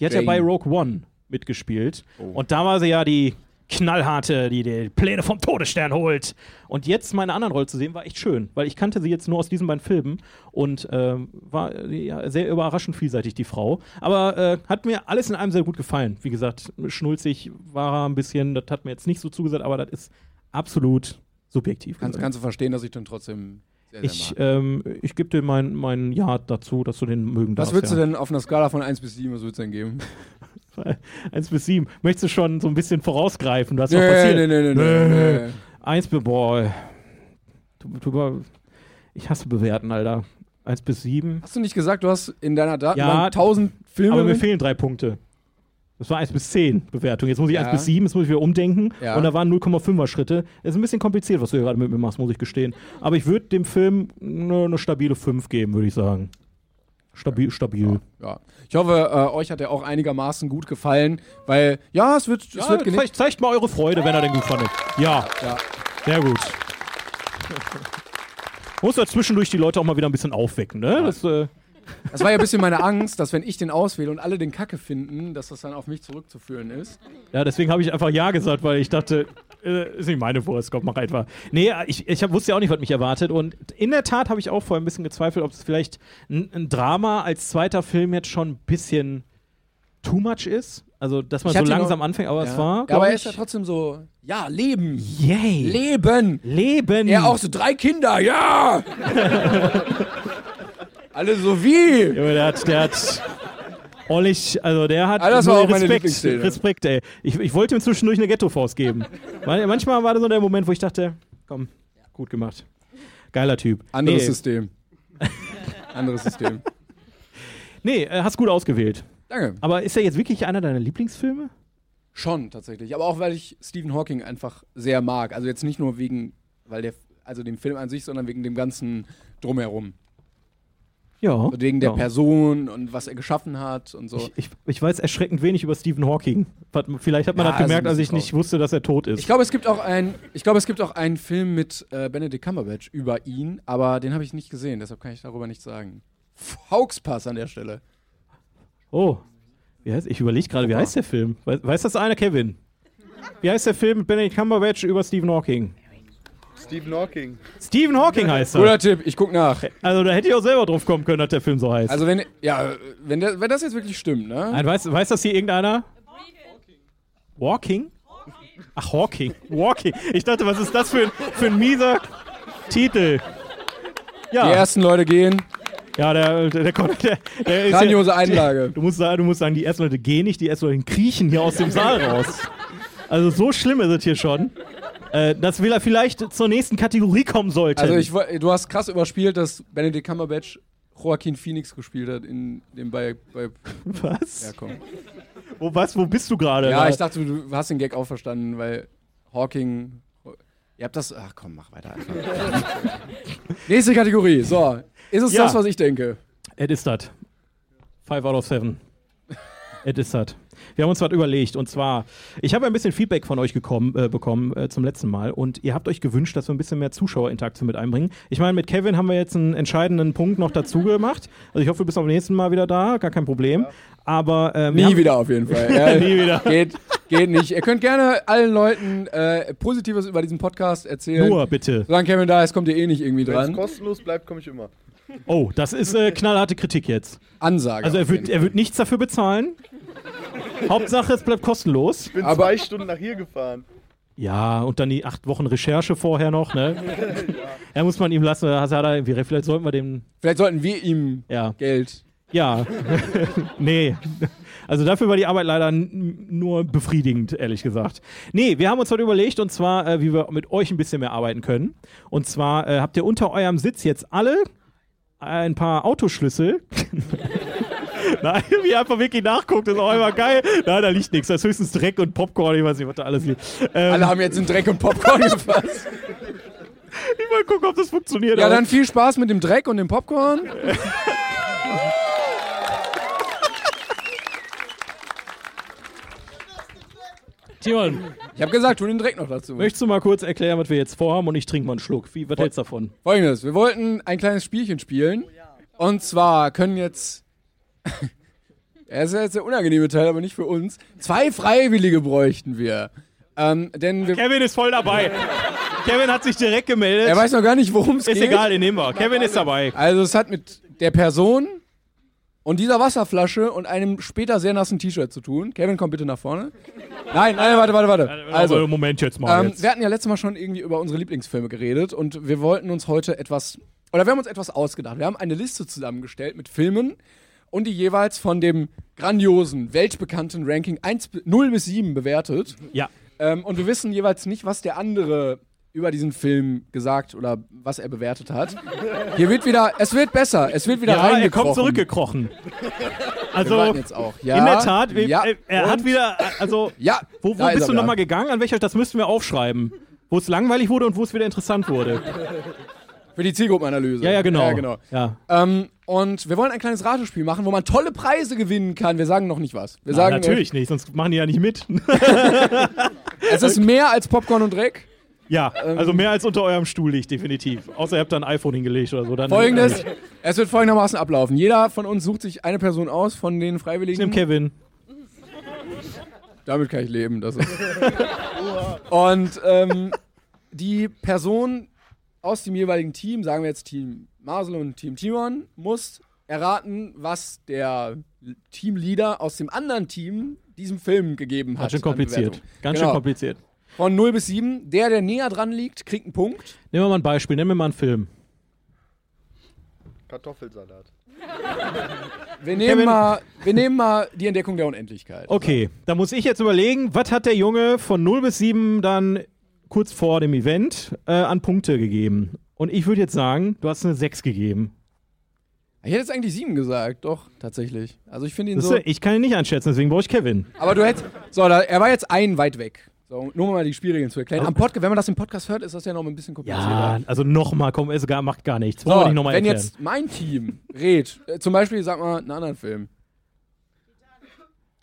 B: Die hat
C: Jane.
B: ja bei Rogue One mitgespielt.
C: Oh.
B: Und da war sie ja die knallharte, die die Pläne vom Todesstern holt. Und jetzt meine anderen Rolle zu sehen, war echt schön, weil ich kannte sie jetzt nur aus diesen beiden Filmen und ähm, war äh, ja, sehr überraschend vielseitig, die Frau. Aber äh, hat mir alles in allem sehr gut gefallen. Wie gesagt, schnulzig war er ein bisschen, das hat mir jetzt nicht so zugesagt, aber das ist absolut subjektiv.
C: Kannst,
B: gesagt.
C: kannst du verstehen, dass ich den trotzdem sehr, sehr
B: äh, ich
C: mag.
B: ähm, ich gebe dir mein, mein Ja dazu, dass du den mögen
C: Was
B: darfst.
C: würdest
B: ja.
C: du denn auf einer Skala von 1 bis 7, was würdest du denn geben?
B: <laughs> 1 bis 7. Möchtest du schon so ein bisschen vorausgreifen, was noch passiert?
C: nee, nee, nee,
B: Nö.
C: nee.
B: Eins bis, boah, du, du, ich hasse bewerten, Alter. Eins bis sieben.
C: Hast du nicht gesagt, du hast in deiner Datenbank
B: Ja,
C: 1000 Filme?
B: Aber mir
C: mit-
B: fehlen drei Punkte. Das war eins bis zehn Bewertung. Jetzt muss ich
C: Ja.
B: eins bis sieben, jetzt muss ich wieder umdenken.
C: Ja.
B: Und da waren 0,5er Schritte. Das ist ein bisschen kompliziert, was du hier gerade mit mir machst, muss ich gestehen. Aber ich würde dem Film eine, eine stabile 5 geben, würde ich sagen. Stabil, stabil.
C: Ja. Ich hoffe, äh, euch hat er auch einigermaßen gut gefallen, weil ja, es wird, es
B: Ja,
C: wird gene-
B: zeigt, zeigt mal eure Freude, wenn er den gut fandet. Ja,
C: Ja.
B: sehr gut. Muss da zwischendurch die Leute auch mal wieder ein bisschen aufwecken, ne? Das, äh,
C: Das war ja ein bisschen meine Angst, dass wenn ich den auswähle und alle den Kacke finden, dass das dann auf mich zurückzuführen ist.
B: Ja, deswegen habe ich einfach Ja gesagt, weil ich dachte, äh, ist nicht meine Wurst, komm, mach einfach. Nee, äh, ich, ich hab, wusste ja auch nicht, was mich erwartet. Und in der Tat habe ich auch vorher ein bisschen gezweifelt, ob es vielleicht ein, ein Drama als zweiter Film jetzt schon ein bisschen too much ist. Also, dass man
C: Ich
B: so
C: hatte ihn
B: langsam
C: noch-
B: anfängt, aber es
C: ja.
B: war.
C: ja, aber
B: glaub
C: er ist ja trotzdem so, ja, Leben.
B: ich, Yay!
C: Leben.
B: Leben!
C: Er auch so drei Kinder, ja. alle so wie.
B: Junge, der hat, der hat ordentlich, also der hat
C: Ah, das war
B: nur
C: auch meine
B: Respekt,
C: Lieblingsszene.
B: Respekt, ey. Ich, ich wollte ihm zwischendurch eine Ghetto-Faust geben. Man- Manchmal war das so der Moment, wo ich dachte, komm, gut gemacht. Geiler Typ.
C: Anderes
B: nee,
C: System. Anderes System.
B: Nee, äh, hast gut ausgewählt.
C: Danke.
B: Aber ist er jetzt wirklich einer deiner Lieblingsfilme?
C: Schon tatsächlich, aber auch weil ich Stephen Hawking einfach sehr mag. Also jetzt nicht nur wegen, weil der, also dem Film an sich, sondern wegen dem ganzen drumherum,
B: Ja.
C: Und wegen der
B: ja.
C: Person und was er geschaffen hat und so.
B: Ich,
C: Ich,
B: ich, ich weiß erschreckend wenig über Stephen Hawking. Was- Vielleicht hat man
C: Ja,
B: das
C: also ist ein
B: gemerkt, als ich
C: bisschen
B: nicht wusste, dass er tot ist.
C: glaube, es gibt auch ein, ich glaube, es gibt auch einen Film mit äh, Benedict Cumberbatch über ihn, aber den habe ich nicht gesehen, deshalb kann ich darüber nichts sagen. Fauxpass an der Stelle.
B: Oh. Wie heißt, ich überlege gerade, wie heißt der Film? Weiß, weiß das einer, Kevin? Wie heißt der Film mit Benedict Cumberbatch über Stephen Hawking?
D: Stephen Hawking.
B: Stephen Hawking heißt er.
C: Guter Tipp, ich guck nach.
B: Also da hätte ich auch selber drauf kommen können, dass der Film so heißt.
C: Also wenn, ja, wenn, der, wenn das jetzt wirklich stimmt, ne?
B: Nein, weiß, weiß das hier irgendeiner? Walking? Ach, Hawking. Walking. Ich dachte, was ist das für ein, für ein mieser Titel?
C: Die
B: Ja,
C: ersten Leute gehen,
B: ja der, der, der, kommt- der, der ist
C: grandiose
B: hier,
C: Einlage.
B: du, musst sagen, du musst sagen, die ersten Leute gehen nicht, die ersten Leute kriechen hier aus dem Saal raus. Also so schlimm ist es hier schon, äh, dass wir da vielleicht zur nächsten Kategorie kommen sollten.
C: Also ich, wo- du hast krass überspielt, dass Benedict Cumberbatch Joaquin Phoenix gespielt hat in dem bei, bei
B: was?
C: ja, komm.
B: Wo, was? Wo bist du gerade?
C: ja,
B: Da-
C: ich dachte, du hast den Gag auch verstanden, weil Hawking Ihr habt das Ach komm, mach weiter. <laughs> Nächste Kategorie. So, ist es
B: Ja.
C: das, was ich denke?
B: Es ist das. Five out of seven. Es ist das. Wir haben uns was überlegt und zwar, ich habe ein bisschen Feedback von euch gekommen, äh, bekommen äh, zum letzten Mal und ihr habt euch gewünscht, dass wir ein bisschen mehr Zuschauerinteraktion mit einbringen. Ich meine, mit Kevin haben wir jetzt einen entscheidenden Punkt noch dazu gemacht. Also ich hoffe, du bist beim nächsten Mal wieder da, gar kein Problem. Aber ähm, wir
C: Nie
B: haben-
C: wieder auf jeden Fall.
B: <laughs>
C: Ja,
B: Nie wieder.
C: Geht, geht nicht. Ihr könnt gerne allen Leuten äh, Positives über diesen Podcast erzählen.
B: Nur bitte.
C: Solange Kevin da ist, kommt ihr eh nicht irgendwie
D: Wenn es
C: dran.
D: kostenlos bleibt, komme ich immer.
B: Oh, das ist äh, knallharte Kritik jetzt.
C: Ansage.
B: Also er
C: auf jeden
B: wird, er wird nichts dafür bezahlen. Hauptsache, es bleibt kostenlos.
D: Bin
C: Aber-
D: zwei Stunden nach hier gefahren.
B: Ja, und dann die acht Wochen Recherche vorher noch,
C: <laughs>
B: ne? ja, muss man ihm lassen. Da hat er irgendwie, vielleicht sollten wir dem,
C: Vielleicht sollten wir ihm
B: ja.
C: Geld.
B: Ja. <laughs> nee. Also dafür war die Arbeit leider n- nur befriedigend, ehrlich gesagt. Nee, wir haben uns heute überlegt, und zwar, äh, wie wir mit euch ein bisschen mehr arbeiten können. Und zwar äh, habt ihr unter eurem Sitz jetzt alle ein paar Autoschlüssel. <laughs> Nein, wie ihr einfach wirklich nachguckt, ist auch immer geil. Nein, da liegt nichts. Da ist höchstens Dreck und Popcorn. Ich weiß nicht, was da alles liegt. Ähm,
C: Alle haben jetzt in Dreck und Popcorn gefasst.
B: <laughs> ich mal gucken, ob das funktioniert.
C: <laughs> Ja,
B: aber-
C: dann viel Spaß mit dem Dreck und dem Popcorn.
F: Timon,
C: Ich habe gesagt, tu den Dreck noch dazu.
B: Möchtest du mal kurz erklären, was wir jetzt vorhaben und ich trinke mal einen Schluck? Wie, was hältst du davon?
C: Folgendes, wir wollten ein kleines Spielchen spielen. Und zwar können jetzt. <laughs> Es ist jetzt der unangenehme Teil, aber nicht für uns. Zwei Freiwillige bräuchten wir. Ähm, denn wir,
B: Kevin ist voll dabei. Kevin hat sich direkt gemeldet.
C: er weiß noch gar nicht, worum es geht.
B: ist egal, den nehmen wir. Kevin ist dabei.
C: Also es hat mit der Person und dieser Wasserflasche und einem später sehr nassen T-Shirt zu tun. Kevin, komm bitte nach vorne. Nein, nein, warte, warte, warte. Also,
B: Moment jetzt mal.
C: ähm,
B: Oh, jetzt.
C: wir hatten ja letztes Mal schon irgendwie über unsere Lieblingsfilme geredet und wir wollten uns heute etwas, oder wir haben uns etwas ausgedacht. Wir haben eine Liste zusammengestellt mit Filmen und die jeweils von dem grandiosen, weltbekannten Ranking 1, bi- 0 bis 7 bewertet.
B: Ja.
C: Ähm, und wir wissen jeweils nicht, was der andere über diesen Film gesagt oder was er bewertet hat. Hier wird wieder, es wird besser, es wird wieder
B: Ja, er
C: reingekrochen.
B: kommt zurückgekrochen.
C: Wir
B: Also,
C: warten jetzt auch. Ja,
B: in der Tat, wir-
C: ja,
B: er, er hat
C: und-
B: wieder. Also,
C: Ja,
B: wo, wo
C: da ist er
B: bist du
C: wieder.
B: nochmal gegangen? An welcher? Das müssten wir aufschreiben. Wo es langweilig wurde und wo es wieder interessant wurde.
C: Für die Zielgruppenanalyse.
B: Ja, ja, genau.
C: Ja, genau.
B: Ja.
C: Ähm, und wir wollen ein kleines Ratespiel machen, wo man tolle Preise gewinnen kann. Wir sagen noch nicht was. Wir sagen,
B: Natürlich nicht, sonst machen die ja nicht mit.
C: äh, Es ist mehr als Popcorn und Dreck.
B: ja,
C: Ähm,
B: also mehr als unter eurem Stuhl liegt, definitiv. Außer ihr habt da ein iPhone hingelegt oder so. Dann äh,
C: Folgendes, es wird folgendermaßen ablaufen. Jeder von uns sucht sich eine Person aus von den
B: Ich nehme
C: Freiwilligen.
B: Kevin.
C: Damit kann ich leben. Das ist <laughs> und ähm, die Person aus dem jeweiligen Team, sagen wir jetzt Team Marcel und Team Timon, muss erraten, was der Teamleader aus dem anderen Team diesem Film gegeben hat.
B: Ganz schön
C: an
B: kompliziert.
C: Bewertung.
B: Ganz
C: Genau.
B: schön kompliziert.
C: Von 0 bis 7. Der, der näher dran liegt, kriegt einen Punkt.
B: Nehmen wir mal ein Beispiel, nehmen wir mal einen Film.
D: Kartoffelsalat.
C: Wir nehmen,
B: Kevin.
C: mal, wir nehmen mal die Entdeckung der Unendlichkeit.
B: Okay, da muss ich jetzt überlegen, was hat der Junge von 0 bis 7 dann kurz vor dem Event äh, an Punkte gegeben? Und ich würde jetzt sagen, du hast eine 6 gegeben.
C: Ich hätte jetzt eigentlich 7 gesagt, doch, tatsächlich. Also ich finde ihn
B: Siehst
C: so.
B: du, ich kann ihn nicht einschätzen, deswegen brauche ich Kevin.
C: Aber du hättest. So, da, er war jetzt ein weit weg. So, nur um mal die Spielregeln zu erklären. Am Podcast, wenn man das im Podcast hört, ist das ja noch ein bisschen komplizierter.
B: Ja, also nochmal, komm, es gar, macht gar nichts. Wollen wir
C: So,
B: nicht nochmal
C: wenn
B: erklären.
C: jetzt mein Team redet, äh, zum Beispiel, sag mal, einen anderen Film.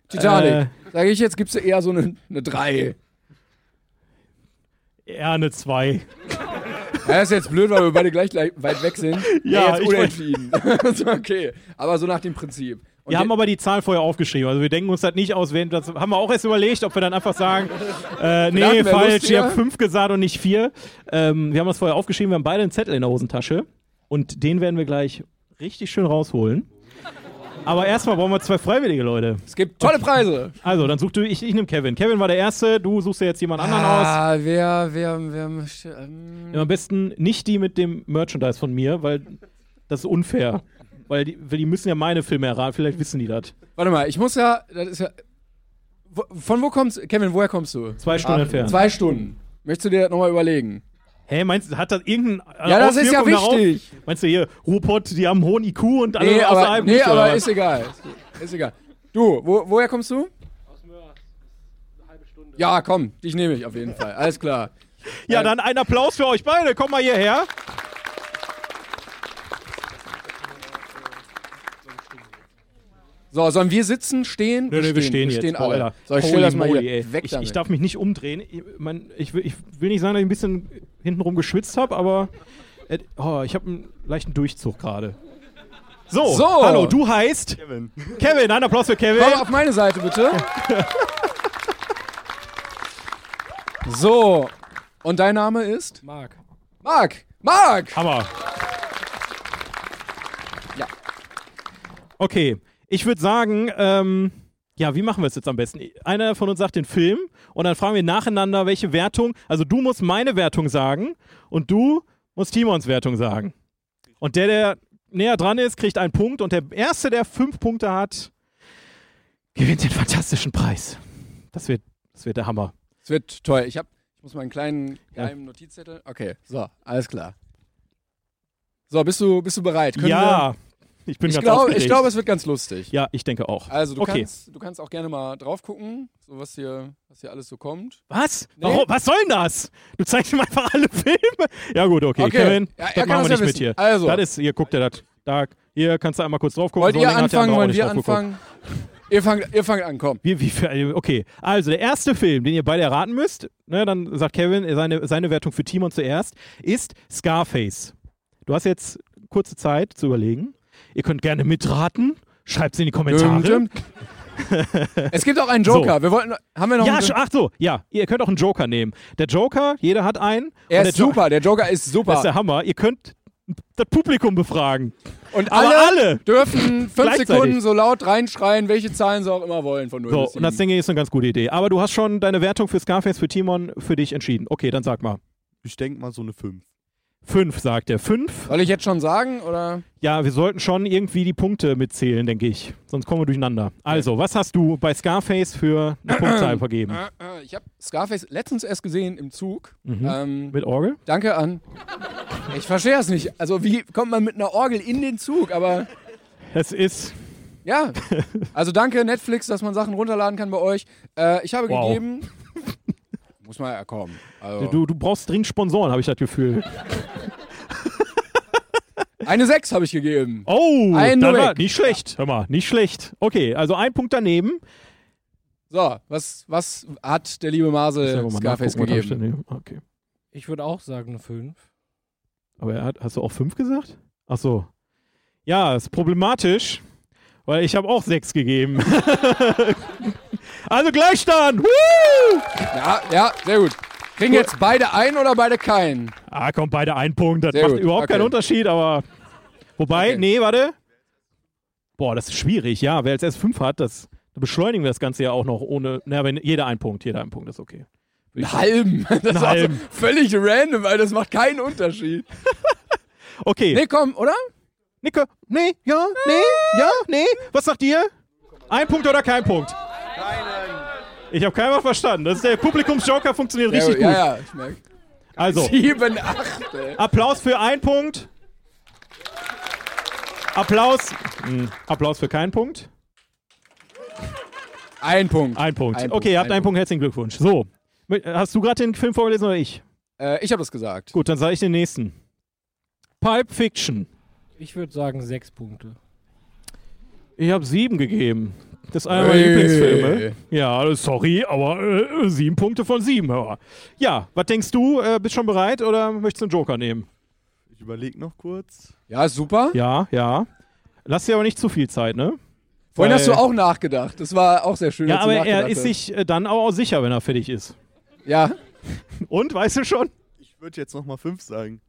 C: Titanic.
B: Äh.
C: Sage ich jetzt, gibst du eher so eine, eine 3.
B: ja, eine 2.
C: Ja, ist jetzt blöd, weil wir beide gleich, gleich weit weg sind.
B: Ja,
C: jetzt <laughs>
B: ich wollt-
C: unentschieden. ist okay. Aber so nach dem Prinzip. Und
B: Wir haben
C: die-
B: aber die Zahl vorher aufgeschrieben. Also wir denken uns das nicht aus. Wir, das haben wir auch erst überlegt, ob wir dann einfach
C: <laughs>
B: sagen, äh, nee,
C: wär
B: falsch,
C: lustiger.
B: ihr habt fünf gesagt und nicht vier. Ähm, wir haben das vorher aufgeschrieben, wir haben beide einen Zettel in der Hosentasche. Und den werden wir gleich richtig schön rausholen. Aber erstmal brauchen wir zwei freiwillige Leute.
C: es gibt tolle Preise.
B: Also, dann such du, ich, ich nehme Kevin. Kevin war der Erste, du suchst dir jetzt jemand anderen aus.
C: Ah, wer, wer, wer möchte. Ähm,
B: Am besten nicht die mit dem Merchandise von mir, weil das ist unfair. Weil die, weil die müssen ja meine Filme erraten, vielleicht wissen die das.
C: Warte mal, ich muss ja. Das ist ja wo, von wo kommst Kevin, woher kommst du? Ah,
B: Zwei Stunden entfernt.
C: Zwei Stunden. Möchtest du dir das nochmal überlegen?
B: Hä, meinst du, hat das irgendeinen. äh,
C: Ja, das ist ja wichtig.
B: Darauf? Meinst du hier, Ruhrpott, die haben einen hohen IQ und alle
C: Nee, aber,
B: außerhalb
C: nee,
B: nicht, oder
C: aber
B: was?
C: ist egal. Ist egal. Du, wo, woher kommst du? Aus Mörs. Eine halbe Stunde. Ja, komm, dich nehme ich auf jeden Fall. Alles klar. Äh,
B: Ja, dann ein Applaus für euch beide. Komm mal hierher.
C: So, sollen wir sitzen, stehen?
B: Nee, nee, wir stehen,
C: wir
B: jetzt.
C: stehen alle.
B: Alter.
C: So, ich stell
B: Holy
C: das mal
B: moly,
C: hier
B: ey.
C: weg
B: ich,
C: damit.
B: ich darf mich nicht umdrehen. Ich, mein, ich, will, ich will nicht sagen, dass ich ein bisschen hintenrum geschwitzt habe, aber äh, oh, ich habe einen leichten Durchzug gerade. So,
C: So.
B: hallo, du heißt Kevin. Kevin, ein Applaus für Kevin.
C: Komm auf meine Seite,
B: <laughs>
C: bitte. so, und dein Name ist?
F: Marc.
C: Marc! Marc!
B: Hammer.
C: Ja.
B: Okay, ich würde sagen, ähm, ja, wie machen wir es jetzt am besten? Einer von uns sagt den Film und dann fragen wir nacheinander, welche Wertung. Also du musst meine Wertung sagen und du musst Timons Wertung sagen. Und der, der näher dran ist, kriegt einen Punkt und der erste, der fünf Punkte hat, gewinnt den fantastischen Preis. Das wird, das wird der Hammer.
C: Es wird toll. Ich, hab, ich muss mal einen kleinen
B: Ja.
C: geheimen Notizzettel. Okay, so, alles klar. So, bist du, bist du bereit? Können wir-
B: ja, ich bin
C: Ich
B: ganz
C: glaube,
B: aufgeregt.
C: ich glaube, es wird ganz lustig.
B: ja, ich denke auch.
C: Also, du,
B: okay.
C: kannst, du kannst auch gerne mal drauf gucken, so was hier, was hier alles so kommt.
B: Was? Warum? Was soll denn das? Du zeigst ihm einfach alle Filme. Ja, gut, okay.
C: Okay.
B: Kevin,
C: Ja, er
B: das
C: kann
B: machen wir nicht
C: das ja
B: mit
C: wissen.
B: hier.
C: Also.
B: Das ist, hier, guckt er das. Da, hier kannst du einmal kurz drauf gucken.
C: Wollt
B: So
C: ihr
B: lange hat der
C: anfangen?
B: andere auch
C: Wollen
B: nicht
C: wir
B: drauf geguckt.
C: anfangen? Ihr fangt, ihr fangt an, komm.
B: Wie, wie, viel- okay, also der erste Film, den ihr beide erraten müsst, ne, dann sagt Kevin seine, seine Wertung für Timon zuerst, ist Scarface. Du hast jetzt kurze Zeit zu überlegen. Ihr könnt gerne mitraten. Schreibt es in die Kommentare.
C: Düm, düm. es gibt auch einen Joker. Wir wollten, haben wir noch
B: Ja, Ah,
C: einen
B: sch- ach so, ja. Ihr könnt auch einen Joker nehmen. Der Joker, jeder hat einen.
C: Er
B: Und
C: ist
B: der Jo-
C: super, der Joker ist
B: Das ist
C: super.
B: der Hammer. Ihr könnt das Publikum befragen.
C: Und
B: aber
C: alle,
B: alle.
C: dürfen fünf
B: Gleichzeitig.
C: Sekunden so laut reinschreien, welche Zahlen sie auch immer wollen von 0
B: So,
C: bis
B: und das
C: 7.
B: denke ich ist eine ganz gute Idee. Aber du hast schon deine Wertung für Scarface, für Timon, für dich entschieden. Okay, dann sag mal.
D: Ich denke mal so eine 5.
B: Fünf, sagt er. Fünf?
C: Soll ich jetzt schon sagen? Oder?
B: Ja, wir sollten schon irgendwie die Punkte mitzählen, denke ich. Sonst kommen wir durcheinander. Also, was hast du bei Scarface für eine Punktzahl vergeben?
C: Äh, äh, Ich habe Scarface letztens erst gesehen im Zug.
B: Mhm.
C: Ähm,
B: Mit Orgel?
C: danke an. Ich verstehe es nicht. Also, wie kommt man mit einer Orgel in den Zug? Aber
B: Es ist. <laughs>
C: ja. Also, danke Netflix, dass man Sachen runterladen kann bei euch. Äh, ich habe
B: Wow. <laughs>
C: gegeben. Muss man ja kommen. Also,
B: Du, du brauchst dringend Sponsoren, habe ich das Gefühl.
C: eine 6 habe ich gegeben.
B: Oh,
C: Ein
B: dann
C: nur
B: war,
C: weg.
B: nicht schlecht. Hör mal, nicht schlecht. Okay, also ein Punkt daneben.
C: So, was, was hat der liebe Marcel Äh, Scarface
B: nachgucken, was hab ich
C: gegeben?
B: daneben? Okay.
F: Ich würde auch sagen, eine 5.
B: Aber er hat, hast du auch fünf gesagt? Ach so. Ja, ist problematisch, weil ich habe auch sechs gegeben. <laughs> also Gleichstand! Woo!
C: Ja, ja, sehr gut. Kriegen jetzt beide ein oder beide keinen?
B: Ah, kommt beide ein Punkt. Das
C: Sehr
B: macht
C: gut,
B: überhaupt keinen
C: okay.
B: Unterschied, aber. Wobei,
C: Okay.
B: nee, warte. Boah, das ist schwierig, ja. Wer als erst fünf hat, das da beschleunigen wir das Ganze ja auch noch ohne. Na, wenn jeder ein Punkt, jeder ein Punkt ist okay.
C: Einen halben. <laughs> Das war
B: halben.
C: So völlig random, weil das macht keinen Unterschied.
B: Okay.
C: Nee, komm, oder?
B: Nicke, nee, ja, nee, ja, nee. Was sagt ihr? Ein Punkt oder kein Punkt? Keinen. Ich habe keinen verstanden. Das ist der Publikumsjoker funktioniert richtig
C: ja,
B: gut.
C: Ja, ja, ich merk.
B: Also,
C: <laughs> Sieben, acht, ey.
B: Applaus für einen Punkt. Applaus. hm, Applaus für keinen Punkt.
C: Ein Punkt.
B: Ein Punkt.
C: Ein Punkt,
B: okay, ihr habt
C: ein
B: einen Punkt. Herzlichen Glückwunsch. So. Mö- Hast du gerade den Film vorgelesen oder ich?
C: Äh, ich habe das gesagt.
B: Gut, dann sage ich den nächsten. Pipe Fiction.
F: Ich würde sagen, 6 Punkte.
B: Ich habe sieben gegeben. Das ist einer meiner Lieblingsfilme. Ja, also sorry, aber äh, sieben Punkte von sieben, hör mal. Ja, was denkst du? Äh, bist schon bereit oder möchtest du einen Joker nehmen?
D: Ich überlege noch kurz.
C: Ja, super.
B: Ja, ja. Lass dir aber nicht zu viel Zeit, ne?
C: Vorhin hast du
B: Weil-
C: auch nachgedacht. Das war auch sehr schön.
B: Ja,
C: dass du
B: aber er
C: nachgedacht
B: ist
C: hast.
B: sich äh, dann auch sicher, wenn er fertig ist.
C: Ja,
B: Und, weißt du schon?
D: Ich würde jetzt nochmal 5 sagen.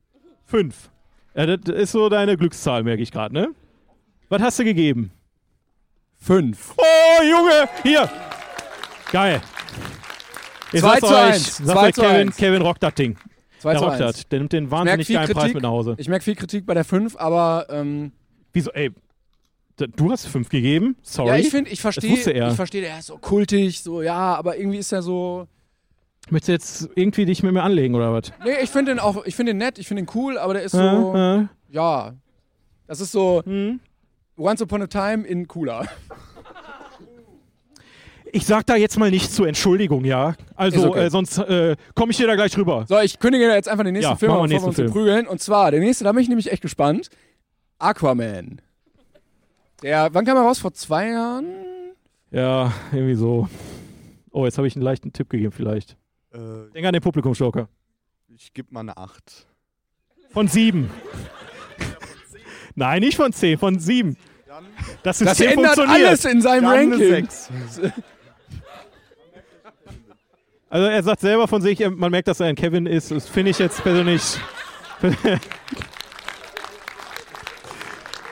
B: Fünf. Ja, das ist so deine Glückszahl, merke ich gerade, ne? Was hast du gegeben?
C: fünf.
B: Oh, Junge! Hier! Geil. Ich
C: Zwei
B: sag's euch,
C: zu eins.
B: sag's
C: Zwei
B: euch,
C: zu
B: Kevin,
C: eins.
B: Kevin rockt das Ding.
C: Zwei
B: der
C: zu
B: rockt
C: eins.
B: das. Der nimmt den
C: merk
B: wahnsinnig
C: viel
B: geilen Preis
C: Kritik.
B: mit nach Hause.
C: Ich merke viel Kritik bei der fünf, aber ähm,
B: Wieso, ey? d- Du hast fünf gegeben? Sorry.
C: ja, ich finde, ich verstehe,
B: wusste er.
C: ich verstehe, der ist so kultig, so ja, aber irgendwie ist er so.
B: Möchtest du jetzt irgendwie dich mit mir anlegen oder was?
C: Nee, ich finde den auch, ich finde den nett, ich finde den cool, aber der ist so,
B: Äh, äh.
C: ja, das ist so
B: Hm.
C: Once Upon a Time in cooler.
B: Ich sag da jetzt mal nichts zur Entschuldigung, ja?
C: Ist
B: Also,
C: okay.
B: äh, sonst äh, komme ich dir da gleich rüber.
C: So, ich kündige jetzt einfach den nächsten
B: Ja,
C: Film, an,
B: machen wir
C: bevor wir uns
B: nächsten
C: hier prügeln. Und zwar, der nächste, da bin ich nämlich echt gespannt. Aquaman. Der, wann kam er raus? Vor zwei Jahren?
B: Ja, irgendwie so. Oh, jetzt habe ich einen leichten Tipp gegeben, vielleicht.
D: Äh,
B: Denk an den Publikumsjoker.
D: ich gebe mal eine 8.
B: Von sieben. Nein, nicht von zehn, von sieben. Das
C: Das
B: System
C: ändert
B: funktioniert.
C: alles in seinem Ranking.
D: 6.
B: Also er sagt selber von sich, er- man merkt, dass er ein Kevin ist. Das finde ich jetzt persönlich. <laughs>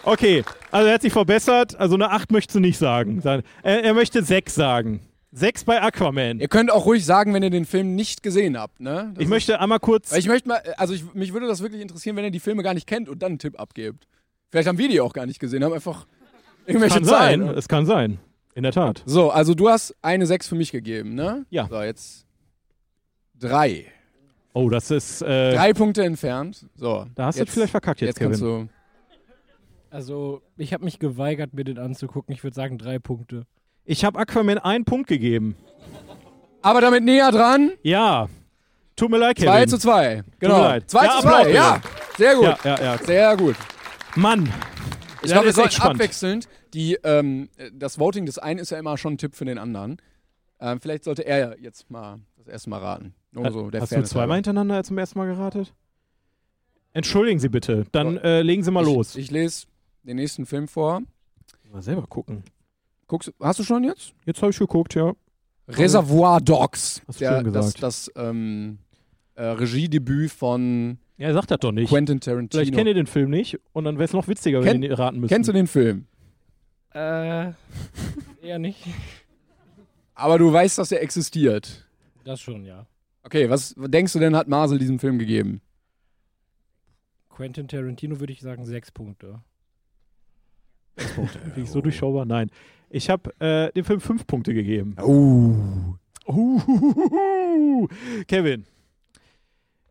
B: okay, also er hat sich verbessert. Also eine 8 möchtest du nicht sagen. Dann- Er, er möchte 6 sagen. 6 bei Aquaman.
C: Ihr könnt auch ruhig sagen, wenn ihr den Film nicht gesehen habt, ne? Das
B: ich
C: ist-
B: möchte einmal kurz.
C: Weil ich möchte mal, also ich, mich würde das wirklich interessieren, wenn ihr die Filme gar nicht kennt und dann einen Tipp abgebt. Vielleicht haben wir die auch gar nicht gesehen, haben einfach <laughs> irgendwelche
B: kann sein,
C: Zahlen.
B: es kann sein. In der Tat.
C: So, also du hast eine 6 für mich gegeben, ne?
B: Ja.
C: So, jetzt drei.
B: Oh, das ist. Äh,
C: Drei Punkte entfernt. So.
B: Da hast du
C: jetzt,
B: vielleicht verkackt jetzt,
C: jetzt kannst
B: Kevin.
C: du.
F: Also, ich habe mich geweigert, mir den anzugucken. Ich würde sagen, drei Punkte.
B: Ich habe Aquaman einen Punkt gegeben.
C: Aber damit näher dran.
B: Ja. Tut mir leid, Kevin.
C: 2 zu 2. Genau.
B: mir leid.
C: 2
B: Ja,
C: zu 2,
B: Applaus,
C: ja. Sehr gut.
B: Ja, ja, ja.
C: Sehr gut.
B: Mann.
C: Ich
B: Ja, das ist
C: glaube, wir
B: echt
C: sollten
B: spannend.
C: abwechselnd. Die, ähm, das Voting des einen ist ja immer schon ein Tipp für den anderen. Ähm, vielleicht sollte er ja jetzt mal das erste Mal raten. Nur Oh, so, der
B: Hast du
C: Fairness
B: zweimal
C: halber.
B: hintereinander zum ersten Mal geratet? Entschuldigen Sie bitte, dann äh, legen Sie mal los.
C: Ich, ich lese den nächsten Film vor.
B: mal selber gucken.
C: Guckst, hast du schon jetzt?
B: Jetzt habe ich geguckt, ja.
C: Reservoir Dogs.
B: Hast du
C: der,
B: schön
C: das
B: gesagt.
C: das ähm, äh, Regiedebüt von
B: Ja, sagt das doch nicht.
C: Quentin
B: Vielleicht
C: Tarantino.
B: kennt ihr den Film nicht und dann wäre es noch witziger, wenn
C: Kenn-
B: ihr ihn raten müsst.
C: Kennst du den Film?
F: Äh, <laughs> eher nicht.
C: Aber du weißt, dass er existiert.
F: Das schon, ja.
C: Okay, was denkst du denn, hat Marcel diesem Film gegeben?
F: Quentin Tarantino würde ich sagen, sechs Punkte.
B: Krieg ich so durchschaubar? Nein. Ich habe äh, dem Film fünf Punkte gegeben.
C: Oh.
B: Uhuhuhu. Kevin,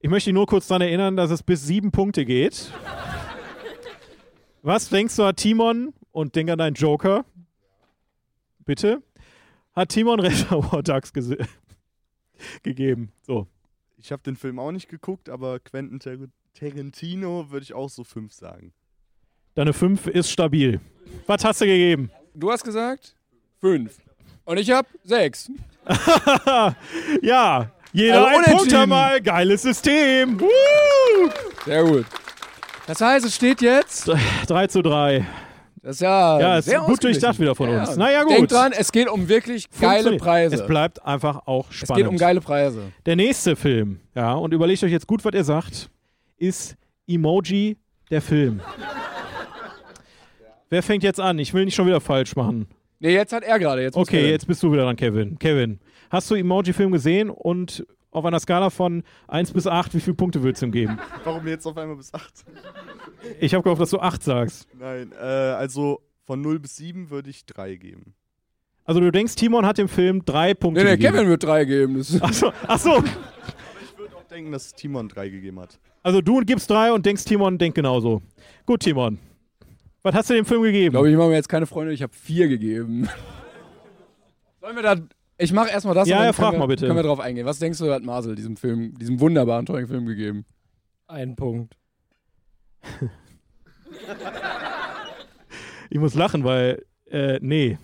B: ich möchte dich nur kurz daran erinnern, dass es bis sieben Punkte geht. Was denkst du, hat Timon und denk an deinen Joker? Bitte? Hat Timon <laughs> Reservoir Dogs gese- gegeben? So.
D: Ich habe den Film auch nicht geguckt, aber Quentin Tar Tarantino würde ich auch so 5 sagen.
B: Deine 5 ist stabil. Was hast du gegeben?
C: Du hast gesagt fünf. Und ich hab sechs.
B: ja, jeder
C: Also
B: ein Punkt
C: unentschieden.
B: einmal. Geiles System. Woo!
C: Sehr gut. Das heißt, es steht jetzt.
B: 3 zu 3.
C: Das ist ja.
B: Ja, ist
C: Äh, sehr
B: gut
C: ausgeglichen.
B: durchdacht wieder von
C: Ja.
B: uns. Naja, gut.
C: Denkt dran, es geht um wirklich geile
B: Funktioniert.
C: Preise.
B: Es bleibt einfach auch
C: Es
B: spannend.
C: geht um geile Preise.
B: Der nächste Film, ja, und überlegt euch jetzt gut, was ihr sagt, ist Emoji der Film.
C: <laughs>
B: Wer fängt jetzt an? Ich will nicht schon wieder falsch machen.
C: Nee, jetzt hat er gerade. Jetzt muss
B: Okay,
C: er-
B: jetzt bist du wieder dran, Kevin. Kevin, hast du Emoji-Film gesehen und auf einer Skala von 1 bis 8, wie viele Punkte würdest du ihm geben?
D: Warum jetzt auf einmal bis 8?
B: Ich habe gehofft, dass du 8 sagst.
D: Nein, äh, also von 0 bis 7 würde ich 3 geben.
B: Also du denkst, Timon hat dem Film 3 Punkte
C: Nee, nee,
B: gegeben.
C: Kevin wird drei geben.
B: <laughs>
C: Das
B: Ach so, ach so.
D: Ich würde auch denken, dass Timon 3 gegeben hat.
B: Also du gibst 3 und denkst, Timon denkt genauso. Gut, Timon. Was hast du dem Film gegeben?
C: glaube ich, mache mir jetzt keine Freunde. Ich habe vier gegeben. Sollen wir da. Ich mache erstmal das.
B: Ja,
C: und dann
B: ja,
C: können
B: frag
C: wir,
B: mal bitte.
C: Können wir drauf eingehen. Was denkst du, hat Marcel diesem Film, diesem wunderbaren, tollen Film gegeben?
F: Ein Punkt.
B: Ich muss lachen, weil, äh, nee,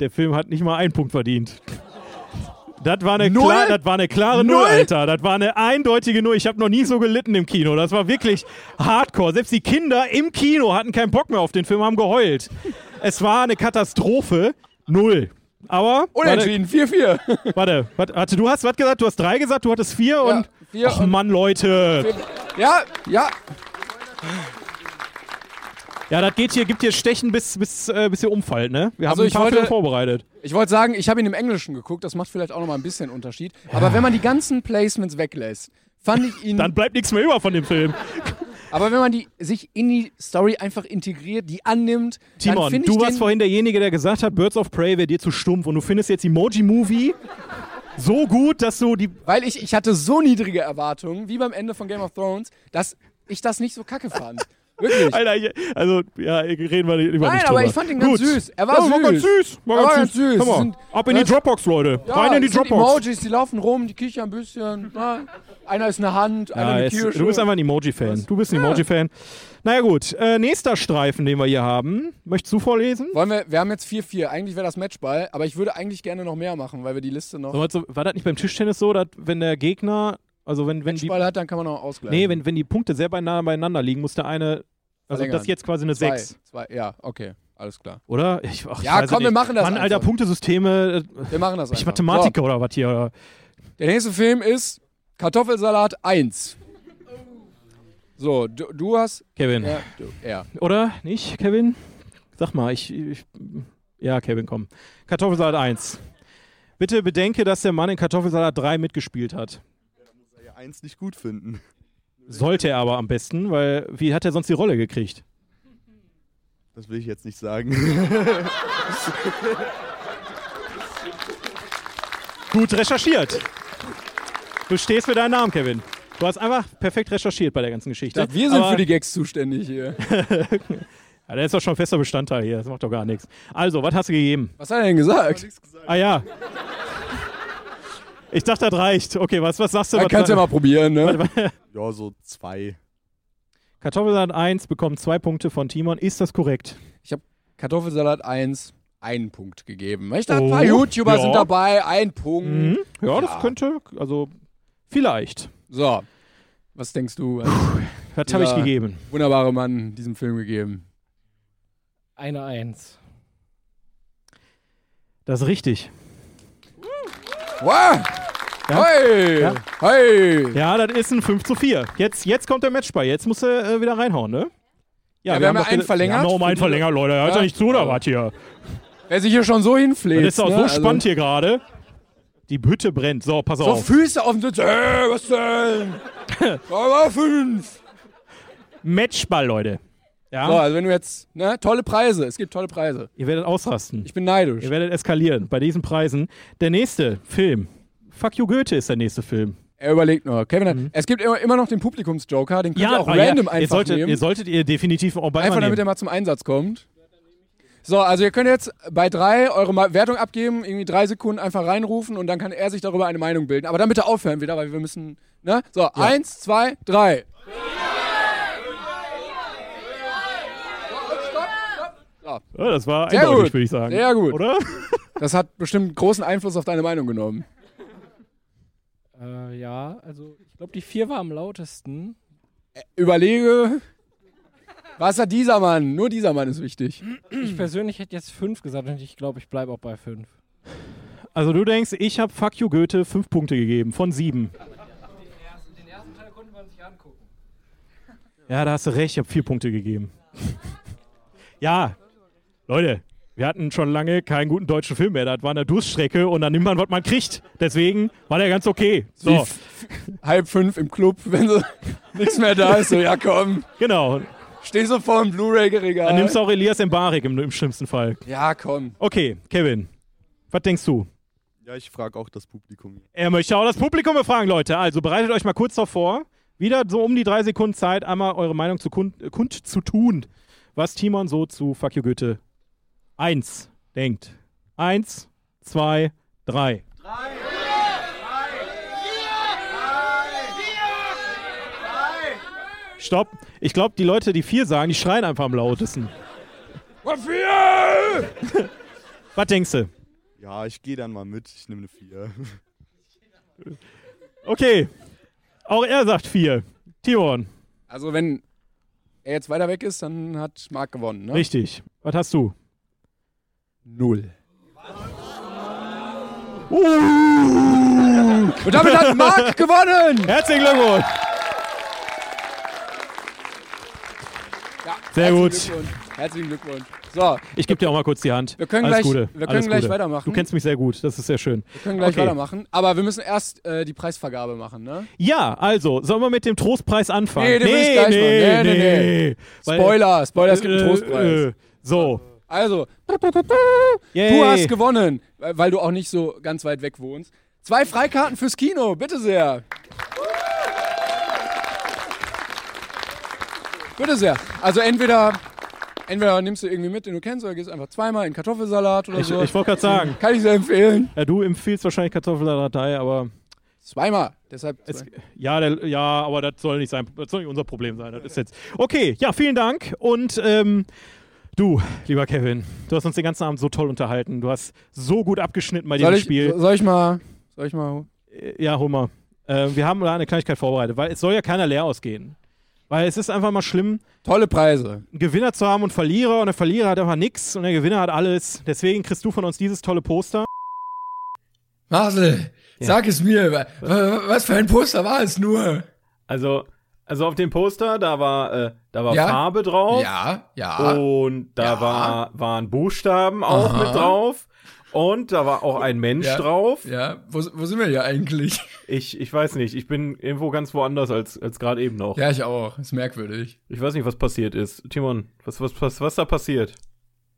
B: der Film hat nicht mal einen Punkt verdient. Das war, eine
C: Null?
B: klar, das war eine klare Null,
C: Null?
B: Alter. Das war eine eindeutige Null. Ich habe noch nie so gelitten im Kino. Das war wirklich hardcore. Selbst die Kinder im Kino hatten keinen Bock mehr auf den Film, haben geheult. es war eine Katastrophe. Null. Aber. Warte, <laughs>
C: Unentschieden, 4-4.
B: warte, warte, warte, du hast was gesagt? Du hast drei gesagt, du hattest vier und.
C: vier
B: Ach
C: und-
B: Mann, Leute.
C: Ja, ja.
B: Ja, das geht hier, gibt hier Stechen bis, bis, äh, bis ihr umfallt, ne? Wir haben
C: Also
B: ein
C: ich
B: paar
C: wollte-
B: Filme vorbereitet.
C: Ich wollte sagen, ich habe ihn im Englischen geguckt, das macht vielleicht auch nochmal ein bisschen Unterschied. Aber wenn man die ganzen Placements weglässt, fand ich ihn.
B: Dann bleibt nichts mehr über von dem Film.
C: aber wenn man die sich in die Story einfach integriert, die annimmt, dann
B: Timon,
C: finde ich
B: du warst
C: den,
B: vorhin derjenige, der gesagt hat, Birds of Prey wäre dir zu stumpf und du findest jetzt Emoji-Movie so gut, dass du die.
C: Weil ich, ich hatte so niedrige Erwartungen, wie beim Ende von Game of Thrones, dass ich das nicht so
B: <laughs>
C: kacke fand. Wirklich.
B: Alter, ich, also, ja, reden wir lieber
C: Nein,
B: nicht
C: aber
B: drüber.
C: ich fand ihn ganz
B: Gut.
C: süß. Er war
B: ja, War
C: süß.
B: ganz süß. War
C: Er
B: ganz süß.
C: war ganz süß.
B: Hör mal,
C: Es sind-
B: ab in die
C: das-
B: Dropbox, Leute.
C: Ja,
B: Rein in die
C: es sind
B: Dropbox.
C: Emojis, die laufen rum, die kichern ein bisschen. Na, einer ist eine Hand, einer
B: Ja,
C: eine
B: es-
C: Kirsche.
B: du bist einfach ein Emoji-Fan. Du bist ein Emoji-Fan. Naja, gut. Äh, nächster Streifen, den wir hier haben. Möchtest du vorlesen?
C: Wollen wir, wir haben jetzt 4-4. Eigentlich wäre das Matchball, aber ich würde eigentlich gerne noch mehr machen, weil wir die Liste noch.
B: Sag mal, so- War das nicht beim Tischtennis so, dass wenn der Gegner, also wenn, wenn die
C: Matchball hat, dann kann man noch ausgleichen.
B: Nee, wenn, wenn die Punkte sehr beinahe beieinander liegen, muss der eine. Also
C: Verlängern.
B: das ist jetzt quasi eine
C: zwei,
B: 6,
C: zwei, ja, okay, alles klar.
B: oder? Ich, ach, ich
C: Ja,
B: weiß es
C: komm, wir
B: nicht.
C: machen das
B: Mann, Alter,
C: einfach.
B: Punktesysteme. äh,
C: Wir machen das einfach.
B: Ich Mathematiker oder was hier? oder?
C: So, der nächste Film ist Kartoffelsalat 1. So, du, du hast.
B: Kevin.
C: Ja, du, ja.
B: Oder nicht, Kevin? Sag mal, ich, ich. Ja, Kevin, komm. Kartoffelsalat 1. Bitte bedenke, dass der Mann in Kartoffelsalat 3 mitgespielt hat.
D: Ja, eins nicht gut finden.
B: Sollte er aber am besten, weil wie hat er sonst die Rolle gekriegt?
D: Das will ich jetzt nicht sagen. <laughs>
B: Gut recherchiert. Du stehst für deinen Namen, Kevin. Du hast einfach perfekt recherchiert bei der ganzen Geschichte.
C: Ja, wir sind
B: Aber-
C: für die Gags zuständig hier.
B: Ja, der ist doch schon fester Bestandteil hier. Das macht doch gar nichts. Also, was hast du gegeben?
C: Was hat er
B: <laughs>
C: denn gesagt?
B: Ah ja. Ich dachte, das reicht. Okay, was, was sagst du?
C: Dann
B: Was-
C: kannst du ja mal probieren, ne?
D: ja, so zwei.
B: Kartoffelsalat 1 bekommt zwei Punkte von Timon. Ist das korrekt?
C: Ich habe Kartoffelsalat 1 einen Punkt gegeben. Weil ich dachte, ein
B: Oh,
C: paar YouTuber
B: ja.
C: sind dabei, ein Punkt.
B: Mhm. Ja, das
C: Ja.
B: könnte, also vielleicht.
C: So. Was denkst du, hat
B: Was habe ich
C: Ja.
B: gegeben?
C: der wunderbare Mann diesem Film gegeben?
F: Eine Eins.
B: Das ist richtig.
C: Wow!
B: Ja.
C: Hey!
B: Ja.
C: Hey!
B: Ja, das ist ein 5 zu 4. Jetzt, jetzt kommt der Matchball. Jetzt musst du äh, wieder reinhauen, ne?
C: Ja, wir haben ja
B: doch
C: einen
B: ge-
C: verlängert.
B: Ja, noch mal einen verlängert, Leute. Hört
C: Ja.
B: ja nicht zu, oder
C: Ja.
B: was hier?
C: Wer sich hier schon so
B: Das
C: hinfleht.
B: ist auch
C: ne?
B: so
C: Also,
B: spannend hier gerade. Die Hütte brennt. So, pass
C: So
B: auf.
C: Füße auf dem Sitz. Hey, was
B: <laughs>
C: denn? Aber fünf!
B: Matchball, Leute. Ja?
C: So, also wenn du jetzt, ne, tolle Preise. Es gibt tolle Preise.
B: Ihr werdet ausrasten.
C: Ich bin neidisch.
B: Ihr werdet eskalieren bei diesen Preisen. Der nächste Film. Fuck you Goethe ist der nächste Film.
C: Er überlegt noch. Kevin, hat, es gibt immer, immer noch den Publikumsjoker, den könnt ihr auch
B: ah,
C: random
B: Mhm. ihr
C: einfach
B: solltet,
C: nehmen.
B: Ihr solltet ihr definitiv auch bei
C: Einfach
B: nehmen.
C: damit er mal zum Einsatz kommt. So, also ihr könnt jetzt bei drei eure Ma- Wertung abgeben, irgendwie drei Sekunden einfach reinrufen und dann kann er sich darüber eine Meinung bilden. Aber dann bitte aufhören wieder, weil wir müssen. Ne? So, eins, zwei, drei.
B: ja, das war
C: Sehr
B: eindeutig,
C: gut.
B: würde ich sagen.
C: Sehr gut.
B: Oder?
C: Das hat bestimmt großen Einfluss auf deine Meinung genommen.
F: Äh, ja, also ich glaube, die vier war am lautesten.
C: Überlege. Was hat dieser Mann? Nur dieser Mann ist wichtig.
F: Ich persönlich hätte jetzt fünf gesagt und ich glaube, ich bleibe auch bei fünf.
B: Also du denkst, ich habe Fuck you Goethe fünf Punkte gegeben von sieben.
F: Den ersten Teil konnte man sich angucken.
B: Ja, da hast du recht, ich habe vier Punkte
F: <laughs>
B: gegeben. ja, Leute, wir hatten schon lange keinen guten deutschen Film mehr. Das war eine Durststrecke und dann nimmt man, was man kriegt. Deswegen war der ganz okay.
C: Wie
B: So,
C: f- halb fünf im Club, wenn so <laughs> nichts mehr da ist. So, ja komm,
B: genau.
C: steh so vor dem
B: Dann nimmst
C: Blu-ray-Regal.
B: du auch Elias Embarek im, im schlimmsten Fall.
C: Ja komm.
B: Okay, Kevin, was denkst du?
D: Ja, ich frage auch das Publikum.
B: Er möchte auch Ähm, das Publikum befragen, Leute. Also bereitet euch mal kurz darauf vor. Wieder so um die drei Sekunden Zeit, einmal eure Meinung zu kund, äh, kund zu tun, was Timon so zu Fuck you Goethe 1 denkt. Eins, zwei, drei. Stopp. Ich glaube, die Leute, die vier sagen, die schreien einfach am lautesten.
C: Wofür?
B: Was denkst du?
D: Ja, ich gehe dann mal mit. Ich nehme eine vier.
B: Okay. Auch er sagt vier. Timon,
C: Also wenn er jetzt weiter weg ist, dann hat Marc gewonnen, ne?
B: richtig. Was hast du?
H: Null. Und damit hat
I: <laughs>
H: Marc gewonnen!
I: Herzlichen Glückwunsch! Sehr
H: Herzlichen
I: gut.
H: Glückwunsch. Herzlichen Glückwunsch. So,
I: Ich gebe dir auch mal kurz die Hand.
H: Wir können
I: Alles
H: gleich-
I: Gute.
H: wir können
I: Alles
H: gleich
I: Gute.
H: weitermachen.
I: Du kennst mich sehr gut, das ist sehr schön.
H: wir können gleich
I: Okay.
H: weitermachen. Aber wir müssen erst äh, die Preisvergabe machen, ne?
I: Ja, also, sollen wir mit dem Trostpreis anfangen?
H: Nee, den will ich gleich machen. Nee, nee,
I: Weil-
H: Spoiler, Spoiler, es gibt einen
I: Äh,
H: Trostpreis.
I: äh, so.
H: Also,
I: Yay.
H: du hast gewonnen, weil weil du auch nicht so ganz weit weg wohnst. Zwei Freikarten fürs Kino, bitte sehr. Bitte sehr. Also entweder, entweder nimmst du irgendwie mit, den du kennst, oder gehst einfach zweimal in Kartoffelsalat oder
I: Ich,
H: so.
I: ich wollte gerade sagen,
H: Kann ich sehr empfehlen.
I: ja, du empfiehlst wahrscheinlich Kartoffelsalatei, aber
H: Zweimal. Deshalb.
I: es,
H: zwei.
I: ja, der, ja, aber das soll nicht sein, das soll nicht unser Problem sein. Das ist jetzt okay. Ja, vielen Dank und ähm, du, lieber Kevin, du hast uns den ganzen Abend so toll unterhalten. Du hast so gut abgeschnitten bei
H: Soll
I: diesem
H: ich,
I: Spiel.
H: soll ich mal. Soll ich mal.
I: Ja, Hummer. Äh, wir haben da eine Kleinigkeit vorbereitet, weil es soll ja keiner leer ausgehen. Weil es ist einfach mal schlimm,
H: Tolle Preise.
I: einen Gewinner zu haben und Verlierer und der Verlierer hat einfach nichts und der Gewinner hat alles. Deswegen kriegst du von uns dieses tolle Poster.
C: Marcel, sag es mir. wa- wa- Was für ein Poster war es nur?
B: Also, also auf dem Poster, da war, äh, da war
C: Ja.
B: Farbe
I: Oh.
B: drauf.
C: Ja, ja.
B: Und da
C: Ah, Ja.
B: war, waren Buchstaben auch
C: Aha.
B: mit drauf. Und da war auch ein Mensch
C: Ja.
B: drauf.
C: Ja, wo, wo sind wir hier eigentlich? <laughs>
B: Ich, ich weiß nicht, ich bin irgendwo ganz woanders als, als gerade eben noch.
C: Ja, ich auch. Ist merkwürdig.
B: Ich weiß nicht, was passiert ist. Timon, was, was, was, was da passiert?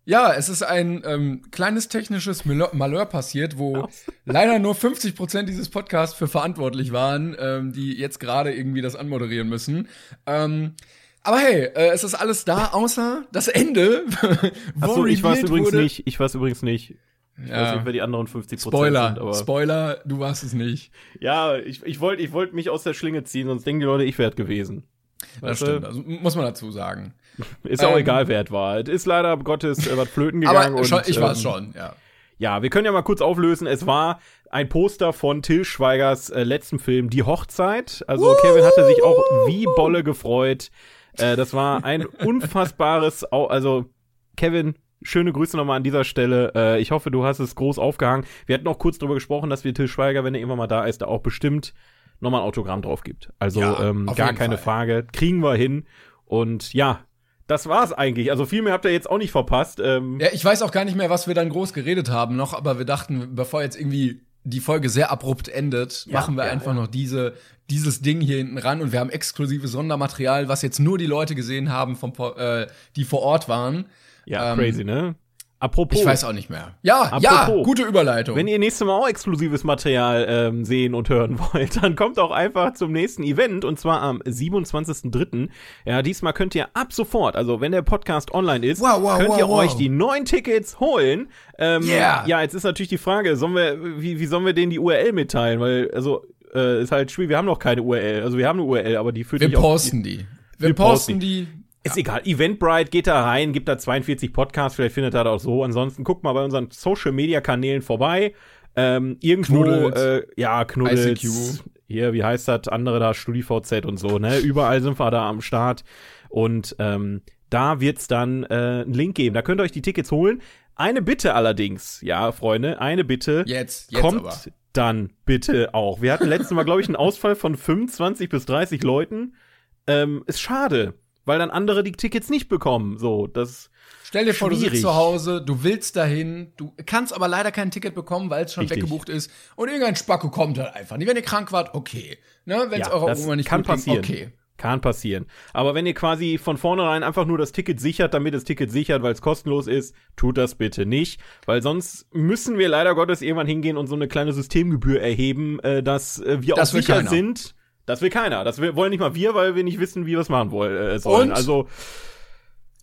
C: Ja, es ist ein ähm, kleines technisches Malheur, Malheur passiert, wo <laughs> leider nur 50% dieses Podcasts für verantwortlich waren, ähm, die jetzt gerade irgendwie das anmoderieren müssen. Ähm, aber hey, äh, es ist alles da, außer das Ende. <laughs> wo
B: Achso, ich weiß
C: revealed
B: übrigens
C: wurde-
B: nicht. Ich weiß übrigens nicht. Ich weiß
C: Ja.
B: nicht, wer die anderen 50
C: Spoiler,
B: sind, aber.
C: Spoiler, du warst es nicht.
B: ja, ich, ich wollte ich wollt mich aus der Schlinge ziehen, sonst denken die Leute, ich wäre gewesen. Weißt
C: Das
B: du?
C: stimmt, also, muss man dazu sagen.
B: Ist auch
C: Ähm.
B: egal, wer es war. Es ist leider Gottes äh, was flöten gegangen.
C: Aber schon,
B: und,
C: ich war es
B: ähm,
C: schon, ja.
B: Ja, wir können ja mal kurz auflösen. Es war ein Poster von Till Schweigers äh, letztem Film Die Hochzeit. Also Kevin hatte sich auch wie Bolle gefreut. Äh, das war ein unfassbares, Au also Kevin. Schöne Grüße nochmal an dieser Stelle. Äh, ich hoffe, du hast es groß aufgehangen. Wir hatten auch kurz drüber gesprochen, dass wir Till Schweiger, wenn er irgendwann mal da ist, da auch bestimmt nochmal ein Autogramm drauf gibt. Also
C: Ja,
B: ähm,
C: auf
B: gar
C: jeden
B: keine
C: Fall.
B: Frage. Kriegen wir hin. Und ja, das war's eigentlich. Also viel mehr habt ihr jetzt auch nicht verpasst. Ähm,
C: Ja, ich weiß auch gar nicht mehr, was wir dann groß geredet haben noch, aber wir dachten, bevor jetzt irgendwie die Folge sehr abrupt endet, machen wir einfach noch diese, dieses Ding hier hinten ran und wir haben exklusives Sondermaterial, was jetzt nur die Leute gesehen haben, vom, Po- äh, die vor Ort waren.
B: Ja,
C: Ähm,
B: crazy, ne? Apropos,
C: Ich weiß auch nicht mehr. Ja,
B: Apropos.
C: ja, gute Überleitung.
B: wenn ihr nächstes Mal auch exklusives Material ähm, sehen und hören <laughs> wollt, dann kommt auch einfach zum nächsten Event und zwar am 27.03. Ja, diesmal könnt ihr ab sofort, also wenn der Podcast online ist,
C: Wow, wow,
B: könnt
C: wow,
B: ihr
C: wow.
B: euch die neuen Tickets holen. Ähm,
C: Yeah.
B: Ja, jetzt ist natürlich die Frage, sollen wir, wie, wie sollen wir denen die URL mitteilen? Weil, also, äh, ist halt schwierig, wir haben noch keine URL. Also, wir haben eine URL, aber die führt
C: wir
B: nicht auf-
C: posten die. Wir,
B: wir posten
C: posten die.
B: Ist egal. Eventbrite geht da rein, gibt da 42 Podcasts, vielleicht findet er da auch so. Ansonsten guckt mal bei unseren Social Media Kanälen vorbei. Ähm, irgendwo,
C: Knuddels.
B: äh, ja, Knuddels.
C: ICQ.
B: Hier, wie heißt das? Andere da, StudiVZ und so, ne? Überall sind wir da am Start. Und ähm, da wird's dann äh, einen Link geben. Da könnt ihr euch die Tickets holen. Eine Bitte allerdings, ja, Freunde, eine Bitte
C: Jetzt, jetzt
B: kommt
C: aber.
B: dann bitte auch. Wir hatten letztes Mal, glaube ich, einen Ausfall von 25 bis 30 Leuten. Ähm, ist schade, weil dann andere die Tickets nicht bekommen. So, das
C: Stell dir vor, du
B: Schwierig.
C: sitzt zu Hause, du willst dahin, du kannst aber leider kein Ticket bekommen, weil es schon
B: Richtig.
C: weggebucht ist. Und irgendein Spacko kommt halt einfach nicht. Wenn ihr krank wart, okay. Ne, wenn es
B: Ja,
C: eurer
B: das
C: Oma nicht
B: kann
C: gut ging,
B: passieren.
C: okay.
B: kann passieren. Aber wenn ihr quasi von vornherein einfach nur das Ticket sichert, damit das Ticket sichert, weil es kostenlos ist, tut das bitte nicht, weil sonst müssen wir leider Gottes irgendwann hingehen und so eine kleine Systemgebühr erheben, äh, dass äh, wir
C: Das
B: auch
C: will
B: sicher
C: keiner.
B: sind. Das will keiner. Das will, wollen nicht mal wir, weil wir nicht wissen, wie wir es machen wollen. Äh, sollen.
C: Und?
B: Also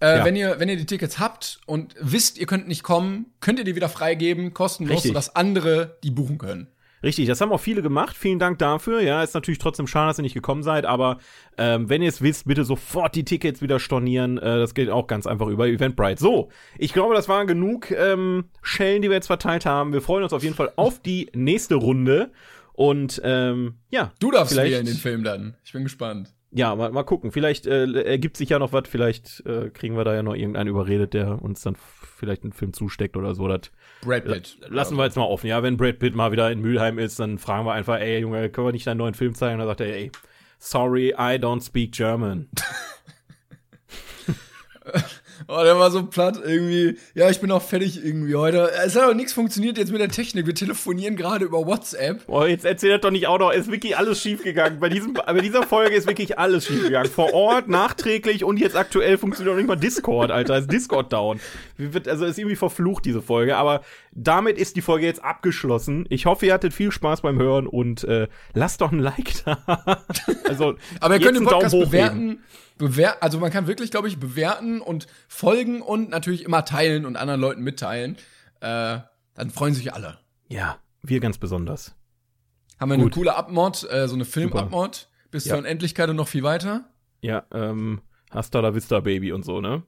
C: Äh,
B: Ja.
C: wenn, ihr, wenn ihr die Tickets habt und wisst, ihr könnt nicht kommen, könnt ihr die wieder freigeben, kostenlos,
B: Richtig.
C: sodass andere die buchen können.
B: Richtig, das haben auch viele gemacht. Vielen Dank dafür. Ja, ist natürlich trotzdem schade, dass ihr nicht gekommen seid, aber ähm, wenn ihr es wisst, bitte sofort die Tickets wieder stornieren. Äh, das geht auch ganz einfach über Eventbrite. So, ich glaube, das waren genug ähm, Schellen, die wir jetzt verteilt haben. Wir freuen uns auf jeden Fall auf die nächste Runde. Und ähm, ja,
C: Du darfst
B: Vielleicht-
C: wieder in den Film dann. Ich bin gespannt.
B: Ja, mal, mal gucken. Vielleicht äh, ergibt sich ja noch was. Vielleicht äh, kriegen wir da ja noch irgendeinen überredet, der uns dann f- vielleicht einen Film zusteckt oder so. Das
C: Brad Pitt.
B: lassen wir jetzt mal offen. Ja, wenn Brad Pitt mal wieder in Mülheim ist, dann fragen wir einfach, ey Junge, können wir nicht deinen neuen Film zeigen? Und dann sagt er, ey, sorry, I don't speak German.
C: Oh, der war so platt irgendwie. Ja, ich bin auch fertig irgendwie heute. Es hat auch nichts funktioniert jetzt mit der Technik. Wir telefonieren gerade über WhatsApp.
B: Boah, Oh, jetzt erzähl das doch nicht auch noch. Ist wirklich alles schiefgegangen. Bei, diesem, bei dieser Folge ist wirklich alles schiefgegangen. Vor Ort, nachträglich und jetzt aktuell funktioniert auch nicht mal Discord, Alter. Ist Discord down. Wie wird- Also ist irgendwie verflucht, diese Folge. Aber damit ist die Folge jetzt abgeschlossen. Ich hoffe, ihr hattet viel Spaß beim Hören und äh, lasst doch ein Like <laughs> da. Also,
C: Aber ihr
B: jetzt
C: könnt den
B: einen Daumen
C: Podcast
B: hoch geben.
C: bewerten. Bewer also man kann wirklich, glaube ich, bewerten und folgen und natürlich immer teilen und anderen Leuten mitteilen. Äh, dann freuen sich alle.
B: Ja, wir ganz besonders.
C: Haben wir eine
B: Gut.
C: coole Abmord, äh, so eine Film-Abmord. Bis
B: Ja.
C: zur Unendlichkeit und noch viel weiter.
B: Ja, ähm, hasta la vista, Baby und so, ne?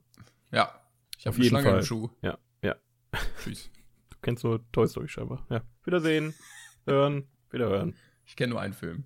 C: Ja. Ich
B: Auf
C: habe eine
B: jeden
C: Schlange
B: Fall.
C: im Schuh.
B: Ja, ja.
C: Tschüss.
B: Du kennst nur Toy Story scheinbar. Ja.
C: <laughs>
B: Wiedersehen. hören. Wiederhören.
C: Ich kenne nur einen Film.